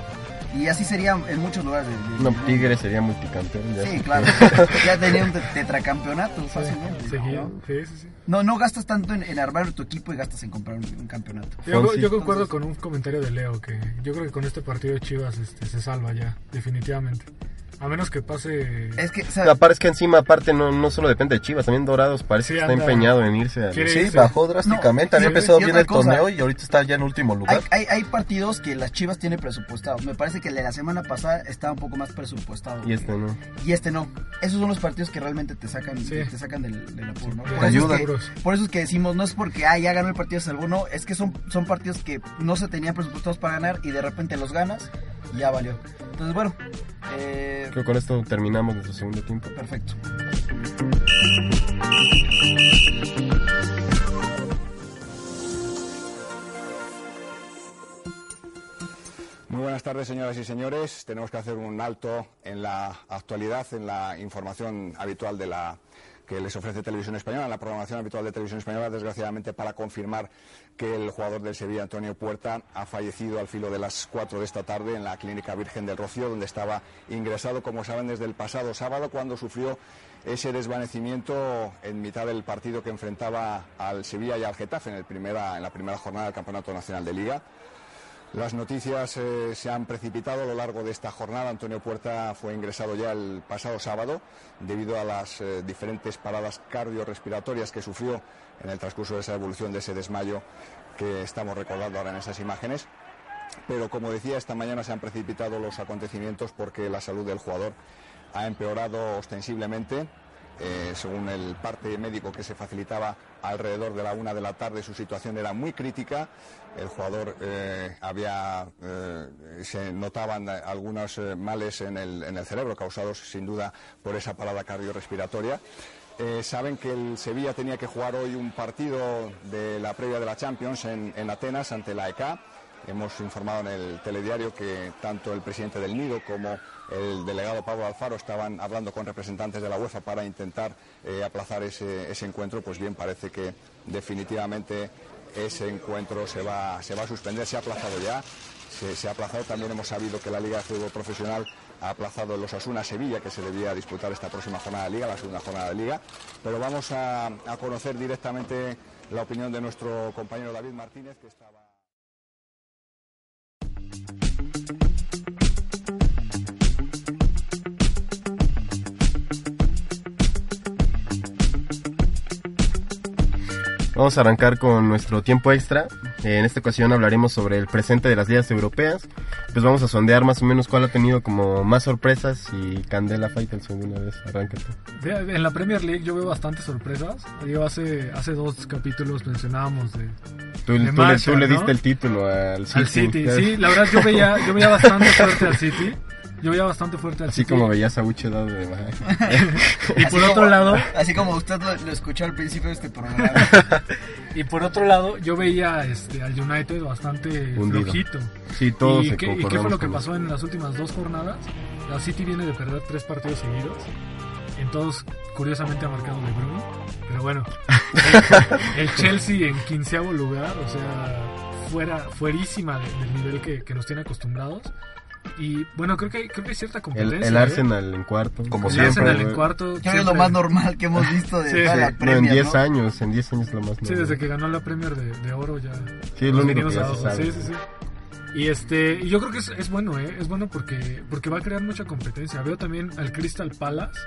y así sería en muchos lugares. de- de-
No,
del mundo.
Tigre sería multicampeón. ya.
Sí, claro. ya tenía un te- tetracampeonato
Sí,
fácilmente.
seguido.
¿no?
Sí, sí, sí.
No, no gastas tanto en, en armar tu equipo y gastas en comprar un, un campeonato.
Yo,
Fonsi.
yo concuerdo con un comentario de Leo que yo creo que con este partido de Chivas este, se salva ya, definitivamente. A menos que pase.
Es que, o sea,
La par es que encima, aparte, no, no solo depende de Chivas, también Dorados parece
Sí,
que está
anda.
empeñado en irse a...
Quiere-
Sí,
Sí.
bajó drásticamente,
No,
había
y-
empezado
y
bien
otra
el
cosa.
torneo y ahorita está ya en último
hay,
lugar.
hay, hay partidos que las Chivas tienen presupuestados. Me parece que el de la semana pasada estaba un poco más presupuestado.
Y este, ¿no?
Y este no. Esos son los partidos que realmente te sacan,
Sí.
te sacan del, del apuro. ¿no?
Sí,
Por, eso es
ayudan.
que, por eso es que decimos, no es porque ah, ya ganó el partido, salvo. No, es que son, son partidos que no se tenían presupuestados para ganar y de repente los ganas y ya valió. Entonces, bueno, eh,
Creo que con esto terminamos nuestro segundo tiempo.
perfecto.
tardes, señoras y señores. Tenemos que hacer un alto en la actualidad, en la información habitual de la que les ofrece Televisión Española, en la programación habitual de Televisión Española, desgraciadamente para confirmar que el jugador del Sevilla, Antonio Puerta, ha fallecido al filo de las 4 de esta tarde en la Clínica Virgen del Rocío, donde estaba ingresado, como saben, desde el pasado sábado, cuando sufrió ese desvanecimiento en mitad del partido que enfrentaba al Sevilla y al Getafe en, el primera, en la primera jornada del Campeonato Nacional de Liga. Las noticias eh, se han precipitado a lo largo de esta jornada. Antonio Puerta fue ingresado ya el pasado sábado debido a las eh, diferentes paradas cardiorrespiratorias que sufrió en el transcurso de esa evolución de ese desmayo que estamos recordando ahora en esas imágenes. Pero como decía, esta mañana se han precipitado los acontecimientos porque la salud del jugador ha empeorado ostensiblemente. Eh, según el parte médico que se facilitaba alrededor de la una de la tarde, su situación era muy crítica. El jugador eh, había, eh, se notaban algunos eh, males en el, en el cerebro causados sin duda por esa parada cardiorrespiratoria. Eh, saben que el Sevilla tenía que jugar hoy un partido de la previa de la Champions en, en Atenas ante la ECA. Hemos informado en el telediario que tanto el presidente del Nido como el delegado Pablo Alfaro estaban hablando con representantes de la UEFA para intentar eh, aplazar ese, ese encuentro. Pues bien, parece que definitivamente ese encuentro se va, se va a suspender, se ha aplazado ya. Se, se, ha aplazado, también hemos sabido que la Liga de Fútbol Profesional ha aplazado los Asuna Sevilla, que se debía disputar esta próxima jornada de Liga, la segunda jornada de Liga. Pero vamos a, a conocer directamente la opinión de nuestro compañero David Martínez, que estaba.
Vamos a arrancar con nuestro tiempo extra. Eh, En esta ocasión hablaremos sobre el presente de las ligas europeas. Pues vamos a sondear más o menos cuál ha tenido como más sorpresas y Candela Faitelson de una vez. Arráncate.
En la Premier League yo veo bastantes sorpresas. Yo hace, hace dos capítulos mencionábamos de...
Tú, de
tú,
Marshall, le, tú ¿no? le, diste el título al City.
Al City, ¿sabes? sí. La verdad yo veía, yo veía bastante fuerte al City. Yo veía bastante fuerte al
Así
City.
como veías a Uche dado de
Y por
Así
otro
como-
lado,
Así como usted lo, lo escuchó al principio de este programa.
y por otro lado, yo veía este, al United bastante
Hundido.
flojito.
Sí, todos
¿Y
se
qué, y qué fue
concordamos
lo que
con
pasó en las últimas dos jornadas? La City viene de perder tres partidos seguidos. En todos, curiosamente, ha marcado De Bruyne. Pero bueno, el, el Chelsea en quinceavo lugar, o sea, fuera, fuerísima de- del nivel que, que nos tiene acostumbrados. Y bueno, creo que hay, creo que hay cierta
El,
competencia.
el
¿eh?
Arsenal en cuarto.
Como
El
siempre,
Arsenal en
güey.
cuarto.
Creo que es lo
siempre-
más normal que hemos visto de
Sí,
toda
sí.
la
No,
Premier,
en 10
¿no?
años, en 10 años es lo más
Sí,
normal.
desde que ganó la Premier de, de Oro ya.
Sí, es lo
nos
único
vinimos
que ya se
abajo.
sabe.
Sí, sí, sí. Y este, y yo creo que es, es bueno, ¿eh? Es bueno porque, porque va a crear mucha competencia. Veo también al Crystal Palace,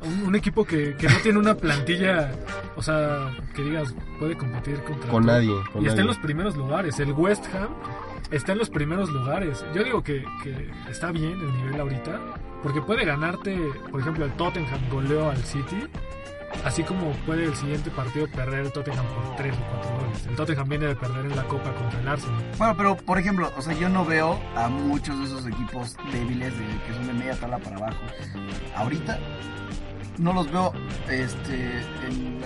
un, un equipo que, que no tiene una plantilla, o sea, que digas, puede competir contra.
Con
todo.
nadie.
Y
Con
está
nadie.
en los primeros lugares. El West Ham está en los primeros lugares. Yo digo que, que está bien el nivel ahorita, porque puede ganarte, por ejemplo, el Tottenham goleó al City, así como puede el siguiente partido perder el Tottenham por 3 o 4 goles. El Tottenham viene de perder en la Copa contra el Arsenal.
Bueno, pero por ejemplo, o sea, yo no veo a muchos de esos equipos débiles de, que son de media tabla para abajo. Ahorita no los veo este, en-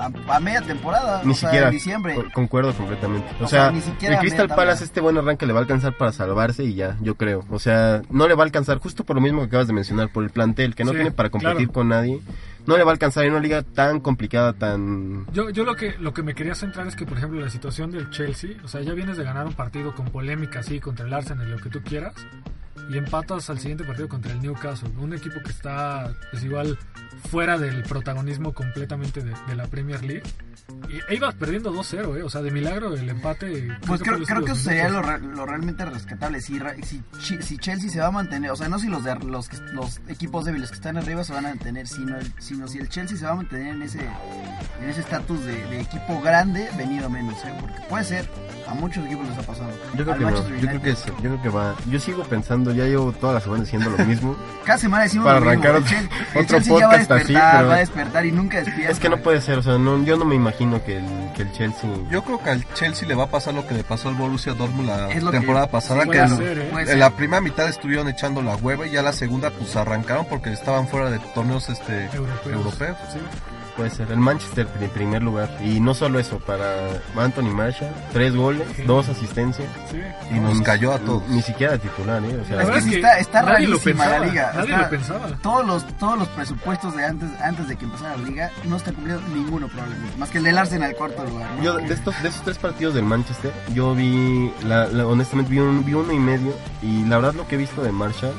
a, a media temporada,
Ni
o sea,
siquiera.
en diciembre.
Co- concuerdo completamente. O,
O
sea,
sea, ni siquiera
el Crystal
media tabla.
Palace este buen arranque le va a alcanzar para salvarse y ya, yo creo. O sea, no le va a alcanzar justo por lo mismo que acabas de mencionar, por el plantel que no
Sí,
tiene para competir
claro.
con nadie. No le va a alcanzar en una liga tan complicada, tan
Yo, yo lo que lo que me quería centrar es que, por ejemplo, la situación del Chelsea, o sea, ya vienes de ganar un partido con polémica así contra el Arsenal, lo que tú quieras, y empatas al siguiente partido contra el Newcastle, un equipo que está pues igual fuera del protagonismo completamente de, de la Premier League. Y e ibas perdiendo 2-0, ¿eh? o sea, de milagro el empate.
Pues creo,
fue los
creo que
últimos
eso sería lo,
minutos.
re- lo realmente rescatable. Si, ra- si, Chi- si Chelsea se va a mantener, o sea, no si los, de, ar- los, que- los equipos débiles que están arriba se van a mantener, sino, el- sino si el Chelsea se va a mantener en ese en ese estatus de, de equipo grande, venido a menos, ¿eh? porque puede ser. A muchos equipos les ha pasado.
Yo creo
Al
que no, yo
Manchester
creo que,
United.
es- yo creo que va. Yo sigo pensando, ya llevo toda la semana diciendo lo mismo.
Cada semana decimos
Para
lo mismo,
arrancar
el
otro-
Chel- el
otro
Chelsea ya va a
podcast así,
despertar,
pero-
va a despertar y nunca despierta.
es que no
güey.
puede ser, o sea, no, yo no me imagino que el, que el Chelsea.
Yo creo que al Chelsea le va a pasar lo que le pasó al Borussia Dortmund la
Es lo que-
temporada pasada,
sí,
que
puede
en-
ser, ¿eh?
Puede
en
ser.
la primera mitad estuvieron echando la hueva y ya la segunda pues arrancaron porque estaban fuera de torneos este
Europeos.
europeos.
Sí.
puede ser. El Manchester en primer lugar. Y no solo eso, para Anthony Marshall, tres goles, dos asistencias.
Sí.
Y nos cayó a todos.
Ni siquiera titular, ¿eh? O sea,
Es
verdad
que
es que
está, está
nadie lo
rarísima la
pensaba,
liga.
nadie
Está-
lo pensaba.
Todos los, todos los presupuestos de antes, antes de que empezara la liga no está cumplido ninguno probablemente. Más que el del Arsenal cuarto lugar. ¿no?
Yo de estos, de esos tres partidos del Manchester, yo vi, la, la- honestamente, vi, un- vi uno y medio. Y la verdad, lo que he visto de Marshall,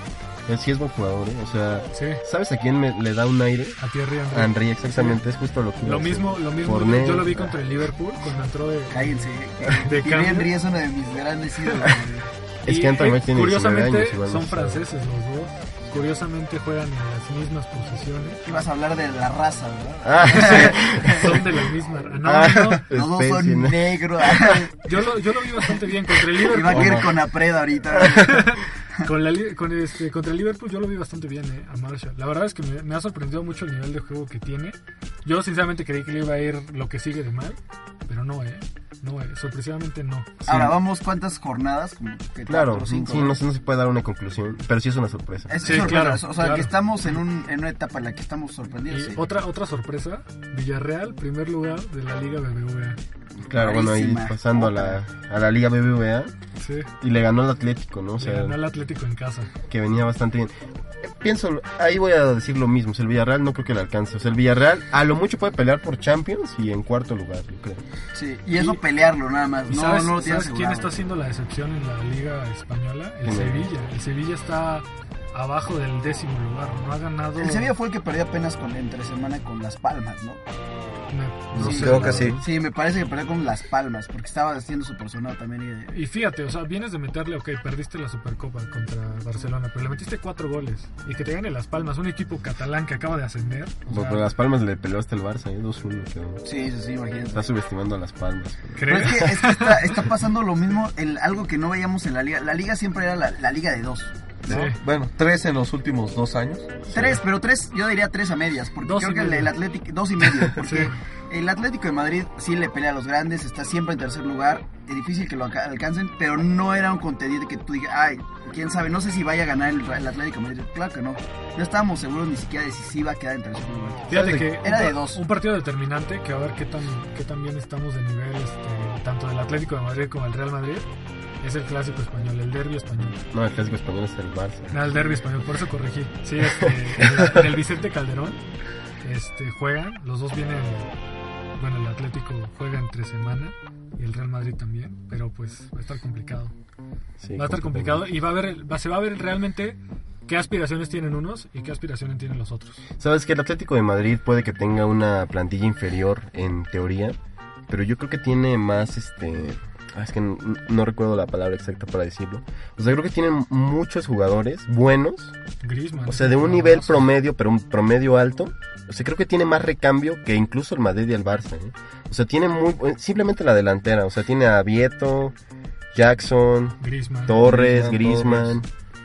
él sí es buen jugador, ¿eh? O sea,
Sí,
¿sabes a quién me- le da un aire?
a Thierry Henry.
A Henry, exactamente, es justo lo que. iba
Lo
a decir.
mismo, lo mismo.
Fournier.
yo lo vi contra el Liverpool cuando entró de.
Cállense.
De
Thierry
cambio.
Henry es uno de mis grandes ídolos.
Es
Y,
que Anthony
eh,
Marshall tiene 19
Curiosamente,
años. igual,
son
no sé.
franceses los dos. Curiosamente juegan en las mismas posiciones.
Ibas a hablar de la raza, ¿verdad?
Ah,
Son de la misma. No,
Ah,
no.
Los dos
especie,
son
¿no?
negros.
Yo lo, yo lo vi bastante bien contra
Ah.
el Liverpool.
Iba a caer con Apreda ahorita.
Con la li- con este, contra el Liverpool yo lo vi bastante bien eh, a Marshall. La verdad es que me, me ha sorprendido mucho el nivel de juego que tiene. Yo sinceramente creí que le iba a ir lo que sigue de mal, pero no, eh. No, eh, sorpresivamente no.
Ahora vamos, ¿cuántas jornadas? Como que cuatro
Claro,
o
sí,
cinco,
sí, no, se- no se puede dar una conclusión, pero sí es una sorpresa.
Es
Sí,
sorpresa,
claro,
o sea,
claro.
que estamos en, un, en una etapa en la que estamos sorprendidos.
Y
sí.
otra, otra sorpresa, Villarreal, primer lugar de la Liga BBVA.
Claro, bueno, ahí
Rarísima.
pasando a la, a la Liga BBVA
Sí,
y le ganó al Atlético, ¿no? O
le
sea,
ganó al Atlético en casa.
que venía bastante bien. Eh, Pienso, ahí voy a decir lo mismo, o sea, el Villarreal no creo que le alcance. O sea, el Villarreal a lo mucho puede pelear por Champions y en cuarto lugar, yo creo.
Sí, y eso pelearlo nada más.
¿Y
No,
sabes,
no lo tienes
sabes quién está
asegurado.
haciendo la decepción en la Liga Española? El
¿Quién?
Sevilla. El Sevilla está abajo del décimo lugar. No ha ganado.
El Sevilla fue el que perdió apenas con entre semana con Las Palmas, ¿no?
Me- no
Sí,
sé,
creo
la
que sí.
verdad.
Sí, me parece que perdió con Las Palmas, porque estaba haciendo su personal también. y-
Y fíjate, o sea, vienes de meterle, ok, perdiste la Supercopa contra Barcelona, pero le metiste cuatro goles. Y que te gane Las Palmas, un equipo catalán que acaba de ascender. o
Por,
sea,
por Las Palmas le peleó hasta el Barça, ¿eh? 2-1 quedó.
Sí, sí, sí, imagínate.
Está subestimando a Las Palmas. pero-
Pero
¿crees?
es que, es que está, está pasando lo mismo, el, algo que no veíamos en la liga. La liga siempre era la, la liga de dos.
Sí.
Bueno, tres en los últimos dos años.
Tres, pero tres, yo diría tres a medias, porque
Dos y
creo que el,
medio.
el Atlético, dos y medio, porque
Sí.
el Atlético de Madrid sí le pelea a los grandes, está siempre en tercer lugar, es difícil que lo alca- alcancen, pero no era un contendiente que tú digas, ay, quién sabe, no sé si vaya a ganar el, el Atlético de Madrid, claro que no, no estábamos seguros ni siquiera de si sí iba a quedar en tercer lugar.
Fíjate que
Era
un,
de
par-
dos.
un partido determinante que a ver qué tan, qué tan bien estamos de nivel, este, tanto del Atlético de Madrid como del Real Madrid, es el clásico español, el derbi español.
No, el clásico español es el Barça.
No, el derby español, por eso corregí. Sí, este, en el- en el Vicente Calderón este, juegan, los dos vienen, bueno, el Atlético juega entre semana y el Real Madrid también, pero pues va a estar complicado.
Sí,
va a estar complicado y va a ver, el- va- se va a ver realmente qué aspiraciones tienen unos y qué aspiraciones tienen los otros.
Sabes que el Atlético de Madrid puede que tenga una plantilla inferior en teoría, pero yo creo que tiene más este. ah, Es que n- no, recuerdo la palabra exacta para decirlo. O sea, creo que tienen muchos jugadores buenos,
Griezmann.
o sea, de un nivel
Ramos,
promedio, pero un promedio alto. O sea, creo que tiene más recambio que incluso el Madrid y el Barça. ¿eh? O sea, tiene muy. eh, Simplemente la delantera. O sea, tiene a Vieto, Jackson,
Griezmann.
Torres, Griezmann.
Griezmann,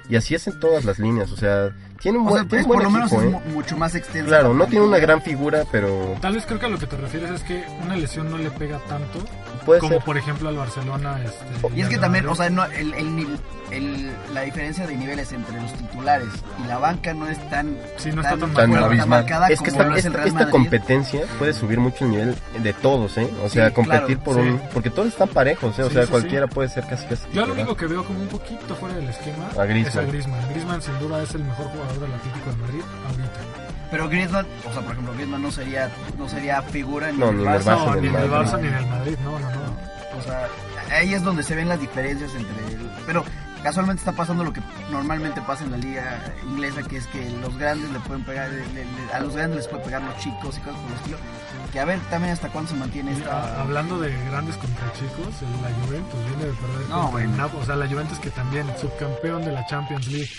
Y así es en todas las líneas. O sea, tiene un
O sea,
buen, tiene
pues,
un buen
por lo menos
equipo,
es
¿eh?
mu- mucho más extenso.
Claro, no tiene una gran figura, pero
Tal vez creo que a lo que te refieres es que una lesión no le pega tanto
puede
como
ser.
por ejemplo al Barcelona. Este,
Y es que
al
también,
Madrid.
o sea, no, el, el nivel- el- la diferencia de niveles entre los titulares y la banca no es tan,
Sí, no está tan
tan
marcada.
abismal.
marcada
Es que
como
esta,
lo es el
esta-
Real
esta
Madrid.
competencia puede subir mucho el nivel de todos, ¿eh? O sea,
Sí,
competir
claro,
por
sí.
un... Porque todos están parejos, ¿eh? O
Sí,
sea,
sí,
cualquiera puede ser casi casi...
Yo lo
titular.
único que veo como un poquito fuera del esquema
A Griezmann.
es a Griezmann. Griezmann sin duda es el mejor jugador del Atlético de Madrid ahorita.
Pero Griezmann, o sea, por ejemplo, Griezmann no sería, no sería figura ni
No,
en el
ni en el
Barça,
Barça,
no,
ni
ni en el
Madrid.
Barça ni en el Madrid, no, no, no.
O sea, ahí es donde se ven las diferencias entre... el- pero casualmente está pasando lo que normalmente pasa en la liga inglesa, que es que los grandes le pueden pegar, le- le- a los grandes les puede pegar los chicos y cosas por el estilo. Que a ver también hasta cuándo se mantiene
Mira,
esta...
hablando de grandes contra chicos, el- la Juventus viene de perder
No,
contra
bueno.
el Napoli. O sea, la Juventus que también subcampeón de la Champions League.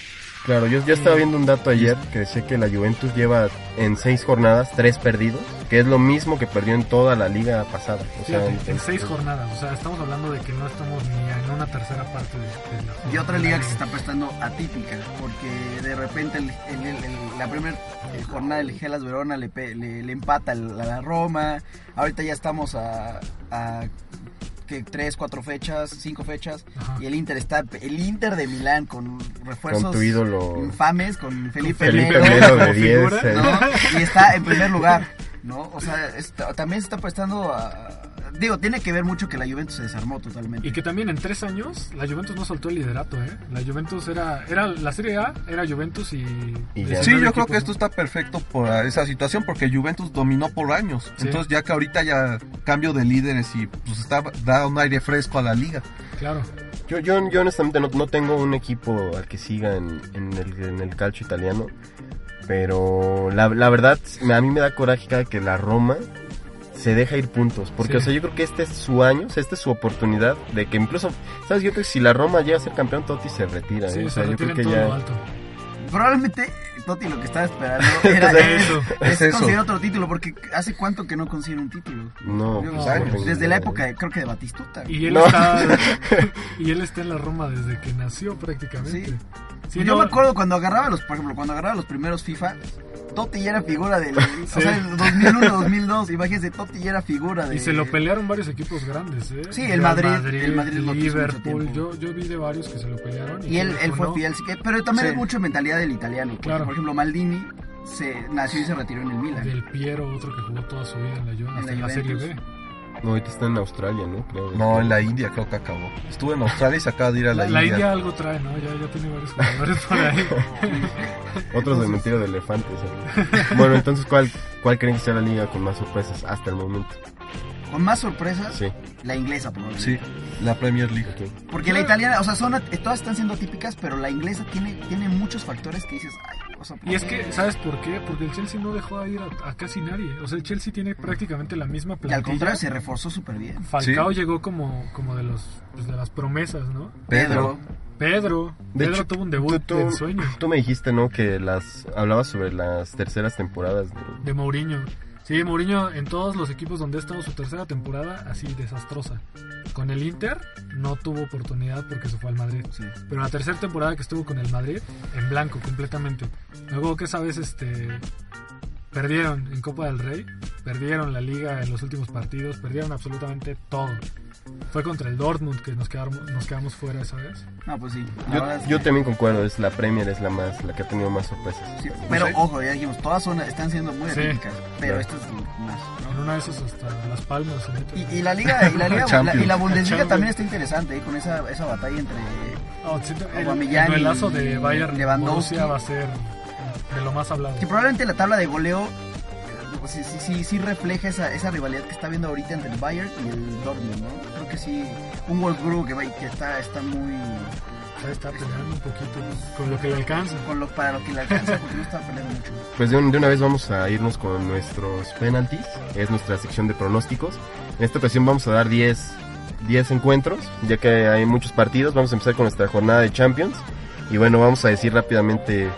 Claro, yo, yo estaba viendo un dato ayer que decía que la Juventus lleva en seis jornadas tres perdidos, que es lo mismo que perdió en toda la liga pasada. O sea,
Fíjate,
en-
en seis jornadas. O sea, estamos hablando de que no estamos ni en una tercera parte de, de la
Y otra
de la
liga que se está prestando atípica, porque de repente el- el- el- el- la primera jornada del Gelas Verona le, pe- le- le empata al- a la Roma. Ahorita ya estamos a, a que tres, cuatro fechas, cinco fechas.
Ajá.
Y el Inter está, el Inter de Milán con refuerzos
Con tu ídolo.
infames, con Felipe,
Felipe
Melo,
Melo de
Felipe Melo
10.
como figura,
eh.
¿no? Y está en primer lugar. ¿no? O sea, está- también se está prestando a... Digo, tiene que ver mucho que la Juventus se desarmó totalmente.
Y que también en tres años la Juventus no soltó el liderato, ¿eh? La Juventus era, era la Serie A, era Juventus y...
Y ya.
Sí, yo
19
creo
equipos,
que esto
¿no?
está perfecto para esa situación porque Juventus dominó por años.
Sí.
Entonces ya que ahorita ya cambio de líderes y pues está, da un aire fresco a la liga.
Claro.
Yo, yo, yo honestamente no, no tengo un equipo al que siga en, en el, en el calcio italiano. Pero la, la verdad, a mí me da coraje cada que la Roma se deja ir puntos. Porque,
Sí.
o sea, yo creo que este es su año, o sea, esta es su oportunidad de que incluso, ¿sabes? Yo creo que si la Roma llega a ser campeón, Totti se retira. ¿eh?
Sí,
O
se
sea, yo creo
retiran
que
todo lo
ya.
alto.
Probablemente Totti lo que estaba esperando era
Es
es,
eso.
es
Es eso.
conseguir otro título, porque ¿hace cuánto que no consigue un título?
No,
Yo
pues,
no,
no tengo
desde
idea,
la
¿eh?
época, de- creo que de Batistuta. güey.
Y él,
No.
está, y él está en la Roma desde que nació prácticamente.
Sí. Pues
Sí,
yo
no,
me acuerdo cuando agarraba los, por ejemplo, cuando agarraba los primeros FIFA, Totti ya era figura del,
Sí.
o sea, el 2001, 2002, imagínense, Totti ya era figura de
Y se lo pelearon varios equipos grandes, ¿eh?
Sí, el Madrid- el Madrid lo quiso mucho
Liverpool.
tiempo.
Yo, yo vi de varios que se lo pelearon.
Y él,
que
él fue
no.
fiel, sí que- pero también
Sí.
es mucho mentalidad del italiano. porque,
Claro.
Por ejemplo, Maldini se nació y se retiró en el Milan.
Del Piero, otro que jugó toda su vida en la Juventus, hasta
En
en
la
la Serie B.
No, ahorita está en Australia, ¿no? Creo.
No, en la India creo que acabó. Estuve en Australia y se acaba de ir a la,
La, la
India.
India algo trae, ¿no? Ya, ya tiene varios jugadores por ahí.
Otros de mentira de elefantes. ¿eh? bueno, entonces, ¿cuál, ¿cuál creen que sea la liga con más sorpresas hasta el momento?
Con más sorpresas,
Sí.
la inglesa, probablemente.
Sí, la Premier League.
ok.
Porque la italiana, o sea, son, at- eh, todas están siendo típicas, pero la inglesa tiene, tiene muchos factores que dices, ay, o sea,
Y es que, ¿sabes por qué? Porque el Chelsea no dejó de ir a, a casi nadie. O sea, el Chelsea tiene prácticamente la
Y
misma
al
plantilla.
contrario, se reforzó súper bien.
Falcao llegó como, como de, los, pues, de las promesas, ¿no?
Pedro.
Pedro.
De
Pedro
hecho,
tuvo un debut
tú- tú-
de ensueño.
Tú me dijiste, ¿no? Que las hablabas sobre las terceras temporadas. De...
De Mourinho. Sí, Mourinho en todos los equipos donde ha estado su tercera temporada, así desastrosa. Con el Inter no tuvo oportunidad porque se fue al Madrid. Pero la tercera temporada que estuvo con el Madrid, en blanco completamente. Luego que esa vez este, perdieron en Copa del Rey, perdieron la liga en los últimos partidos, perdieron absolutamente todo. Fue contra el Dortmund que nos quedamos, nos quedamos fuera esa vez.
No, pues sí. la
Yo,
verdad es
yo
que-
también concuerdo, es la Premier es la más, la que ha tenido más sorpresas.
sí, Pero ojo, ya dijimos, todas son, están siendo muy
Sí.
atípicas, pero
Claro.
esta es más.
En una de esas hasta Las Palmas. se meten.
Y, y la liga, y la, liga- la- y la Bundesliga
Champions.
también está interesante, ¿eh? con esa, esa batalla entre...
Oh, siento- el,
Aubameyang
el duelazo
y
de Bayern
Lewandowski.
Borussia va a ser de lo más hablado.
Que probablemente la tabla de goleo eh, sí, sí, sí, sí refleja esa, esa rivalidad que está viendo ahorita entre el Bayern y el Dortmund, ¿no? Creo que sí, un Wolfsburg que, va y que está, está muy...
Ahí Está peleando un poquito con lo que le alcanza.
Con lo, para lo que le alcanza, porque no está perdiendo mucho.
Pues de, un- de una vez vamos a irnos con nuestros penalties, es nuestra sección de pronósticos. En esta ocasión vamos a dar 10, 10 encuentros, ya que hay muchos partidos. Vamos a empezar con nuestra jornada de Champions. Y bueno, vamos a decir rápidamente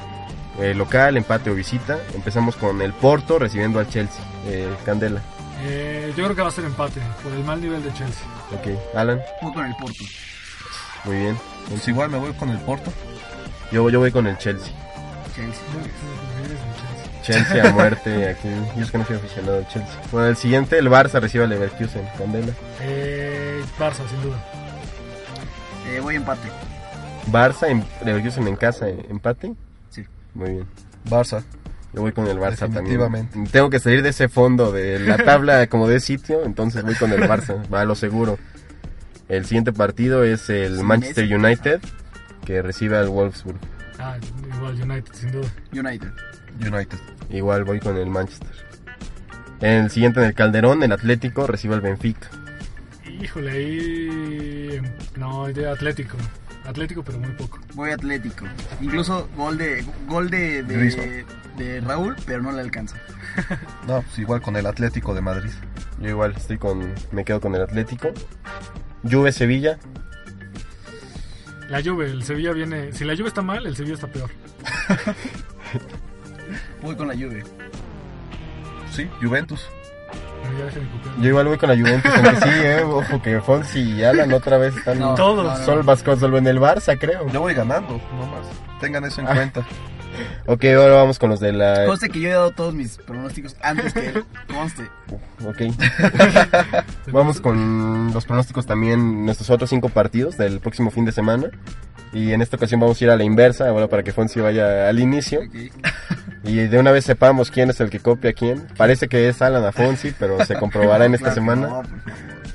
eh, local, empate o visita. Empezamos con el Porto recibiendo al Chelsea, eh, Candela.
Eh, yo creo que va a ser empate por el mal nivel de Chelsea.
Ok, Alan,
Fue con el Porto.
muy bien.
Pues igual me voy con el Porto.
Yo, yo voy con el Chelsea.
Chelsea.
Muy bien, muy bien, Chelsea.
Chelsea a muerte aquí. Yo es que no soy aficionado al Chelsea. Bueno, el siguiente, el Barça recibe al Leverkusen. Candela.
Eh, Barça, sin duda.
Eh, voy empate.
Barça, en, Leverkusen en casa, eh, empate.
Sí.
Muy bien.
Barça.
Yo voy con el Barça también.
Definitivamente.
Tengo que salir de ese fondo de la tabla como de sitio, entonces voy con el Barça, va a lo seguro. El siguiente partido es el
Sí,
Manchester
Messi.
United que recibe al Wolfsburg.
Ah, igual United, sin duda.
United.
United.
Igual voy con el Manchester. El siguiente en el Calderón, el Atlético recibe al Benfica.
Híjole, ahí. em, No, de Atlético. Atlético, pero muy poco.
Voy Atlético. Incluso gol de gol de, de,
Griezmann.
de Raúl, pero no le alcanza.
No, pues igual con el Atlético de Madrid.
Yo igual estoy con me quedo con el Atlético. Juve Sevilla,
La Juve, el Sevilla viene. Si la Juve está mal, el Sevilla está peor.
Voy con la Juve.
Sí, Juventus.
Pero ya déjenme copiar.
yo igual voy con la Juventus, aunque sí, eh, ojo que Fonsi y Alan otra vez están
No,
Todos.
no, no.
Sol Vasco solo en el Barça, creo.
Yo voy ganando, nomás. Tengan eso en
Ah.
cuenta.
Ok, ahora vamos con los de
Eh.
la
Conste que yo he dado todos mis pronósticos antes que él. Conste.
Ok. E. Vamos con los pronósticos también, nuestros otros cinco partidos del próximo fin de semana. Y en esta ocasión vamos a ir a la inversa, ahora para que Fonsi vaya al inicio.
Ok.
y de una vez sepamos quién es el que copia a quién. Parece que es Alan Afonsi, pero se comprobará en esta semana.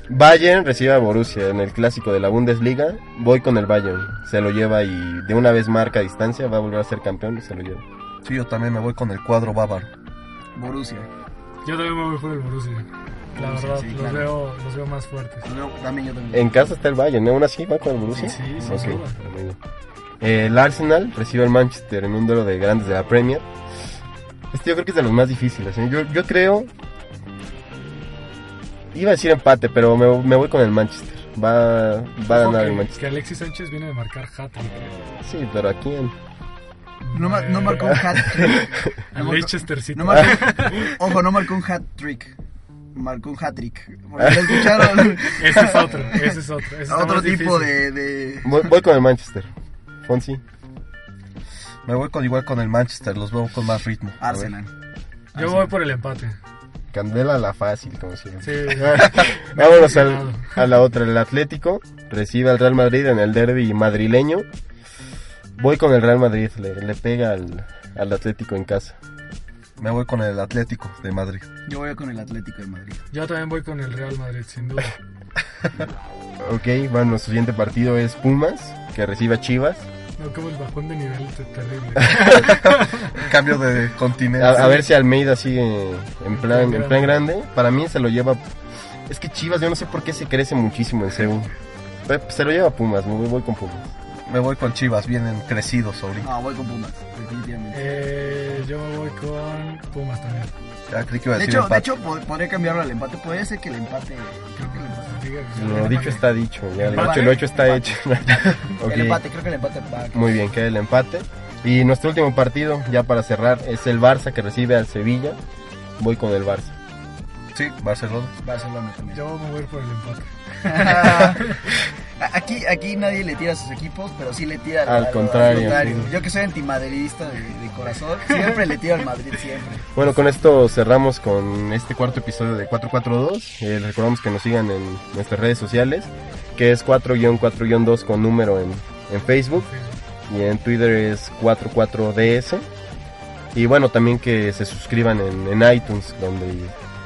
Bayern recibe a Borussia en el clásico de la Bundesliga. Voy con el Bayern. Se lo lleva y de una vez marca distancia. Va a volver a ser campeón y se lo lleva.
Sí, yo también me voy con el cuadro bávaro.
Borussia.
Yo también me voy por el Borussia. La
Borussia,
verdad,
sí,
los,
claro.
veo, los veo más fuertes.
No, también yo también.
En casa está el Bayern, ¿eh? aún así va con el Borussia.
Sí, sí, sin
Ok,
duda.
muy bien. Eh, El Arsenal recibe al Manchester en un duelo de grandes de la Premier. Este yo creo que es de los más difíciles. ¿eh? Yo, yo creo. Iba a decir empate, pero me, me voy con el Manchester. Va, va a
Ojo
ganar el
que-
Manchester.
Que Alexis Sánchez viene de marcar hat-trick. eh.
Sí, pero ¿a quién?
No, mar- no marcó un hat-trick.
Al
No,
Leicester City.
No marcó- ojo, no marcó un hat-trick. Marcó un hat-trick. Porque lo escucharon.
Ah. Ese es otro, ese es otro. ese está
Otro
más
tipo
difícil.
de, de...
Voy, voy con el Manchester. Fonsi.
Me voy con igual con el Manchester, los veo con más ritmo.
Ah,
Arsenal.
Yo voy por el empate.
Candela la fácil, como siempre.
Sí.
Vámonos al- a la otra. El Atlético recibe al Real Madrid en el derby madrileño. Voy con el Real Madrid, le, le pega al, al Atlético en casa.
Me voy con el Atlético de Madrid.
Yo voy con el Atlético de Madrid.
Yo también voy con el Real Madrid, sin duda.
Ok, bueno, nuestro siguiente partido es Pumas, que recibe a Chivas.
No, como el bajón de nivel es terrible.
Cambio de continente.
A, a ver si Almeida sigue en plan, en plan grande. Para mí se lo lleva... Es que Chivas, yo no sé por qué se crece muchísimo en CEU. Pe- Se lo lleva Pumas, me voy- voy con Pumas.
Me voy con Chivas, vienen crecidos ahorita.
No, voy con Pumas, definitivamente.
Eh, yo me voy con Pumas también.
Ya creí que iba a
de, hecho,
decir
de
empate.
hecho, pod- podría cambiarlo al empate. Podría ser que el empate. Creo que el empate.
Lo dicho está dicho, ya lo hecho, lo hecho está hecho. Ok.
El empate, creo que el empate va.
Muy bien, queda el empate. Y nuestro último partido, ya para cerrar, es el Barça que recibe al Sevilla. Voy con el Barça.
Sí, Barcelona.
Barcelona también.
Yo me voy por el empate.
A- aquí, aquí nadie le tira a sus equipos, pero sí le tira al,
Al contrario, sí.
Yo que soy antimadridista de, de corazón, siempre le tiro al Madrid, siempre.
Bueno, con esto cerramos con este cuarto episodio de 442. Eh, les recordamos que nos sigan en nuestras redes sociales, que es 4-4-2 con número en, en Facebook y en Twitter es 44DS. Y bueno, también que se suscriban en, en iTunes, donde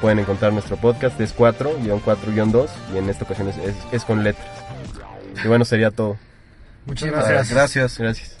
pueden encontrar nuestro podcast. Es 4-4-2 y en esta ocasión es- es- es con letras. Y bueno, sería todo.
Muchas
Ah,
gracias.
Gracias.
Gracias.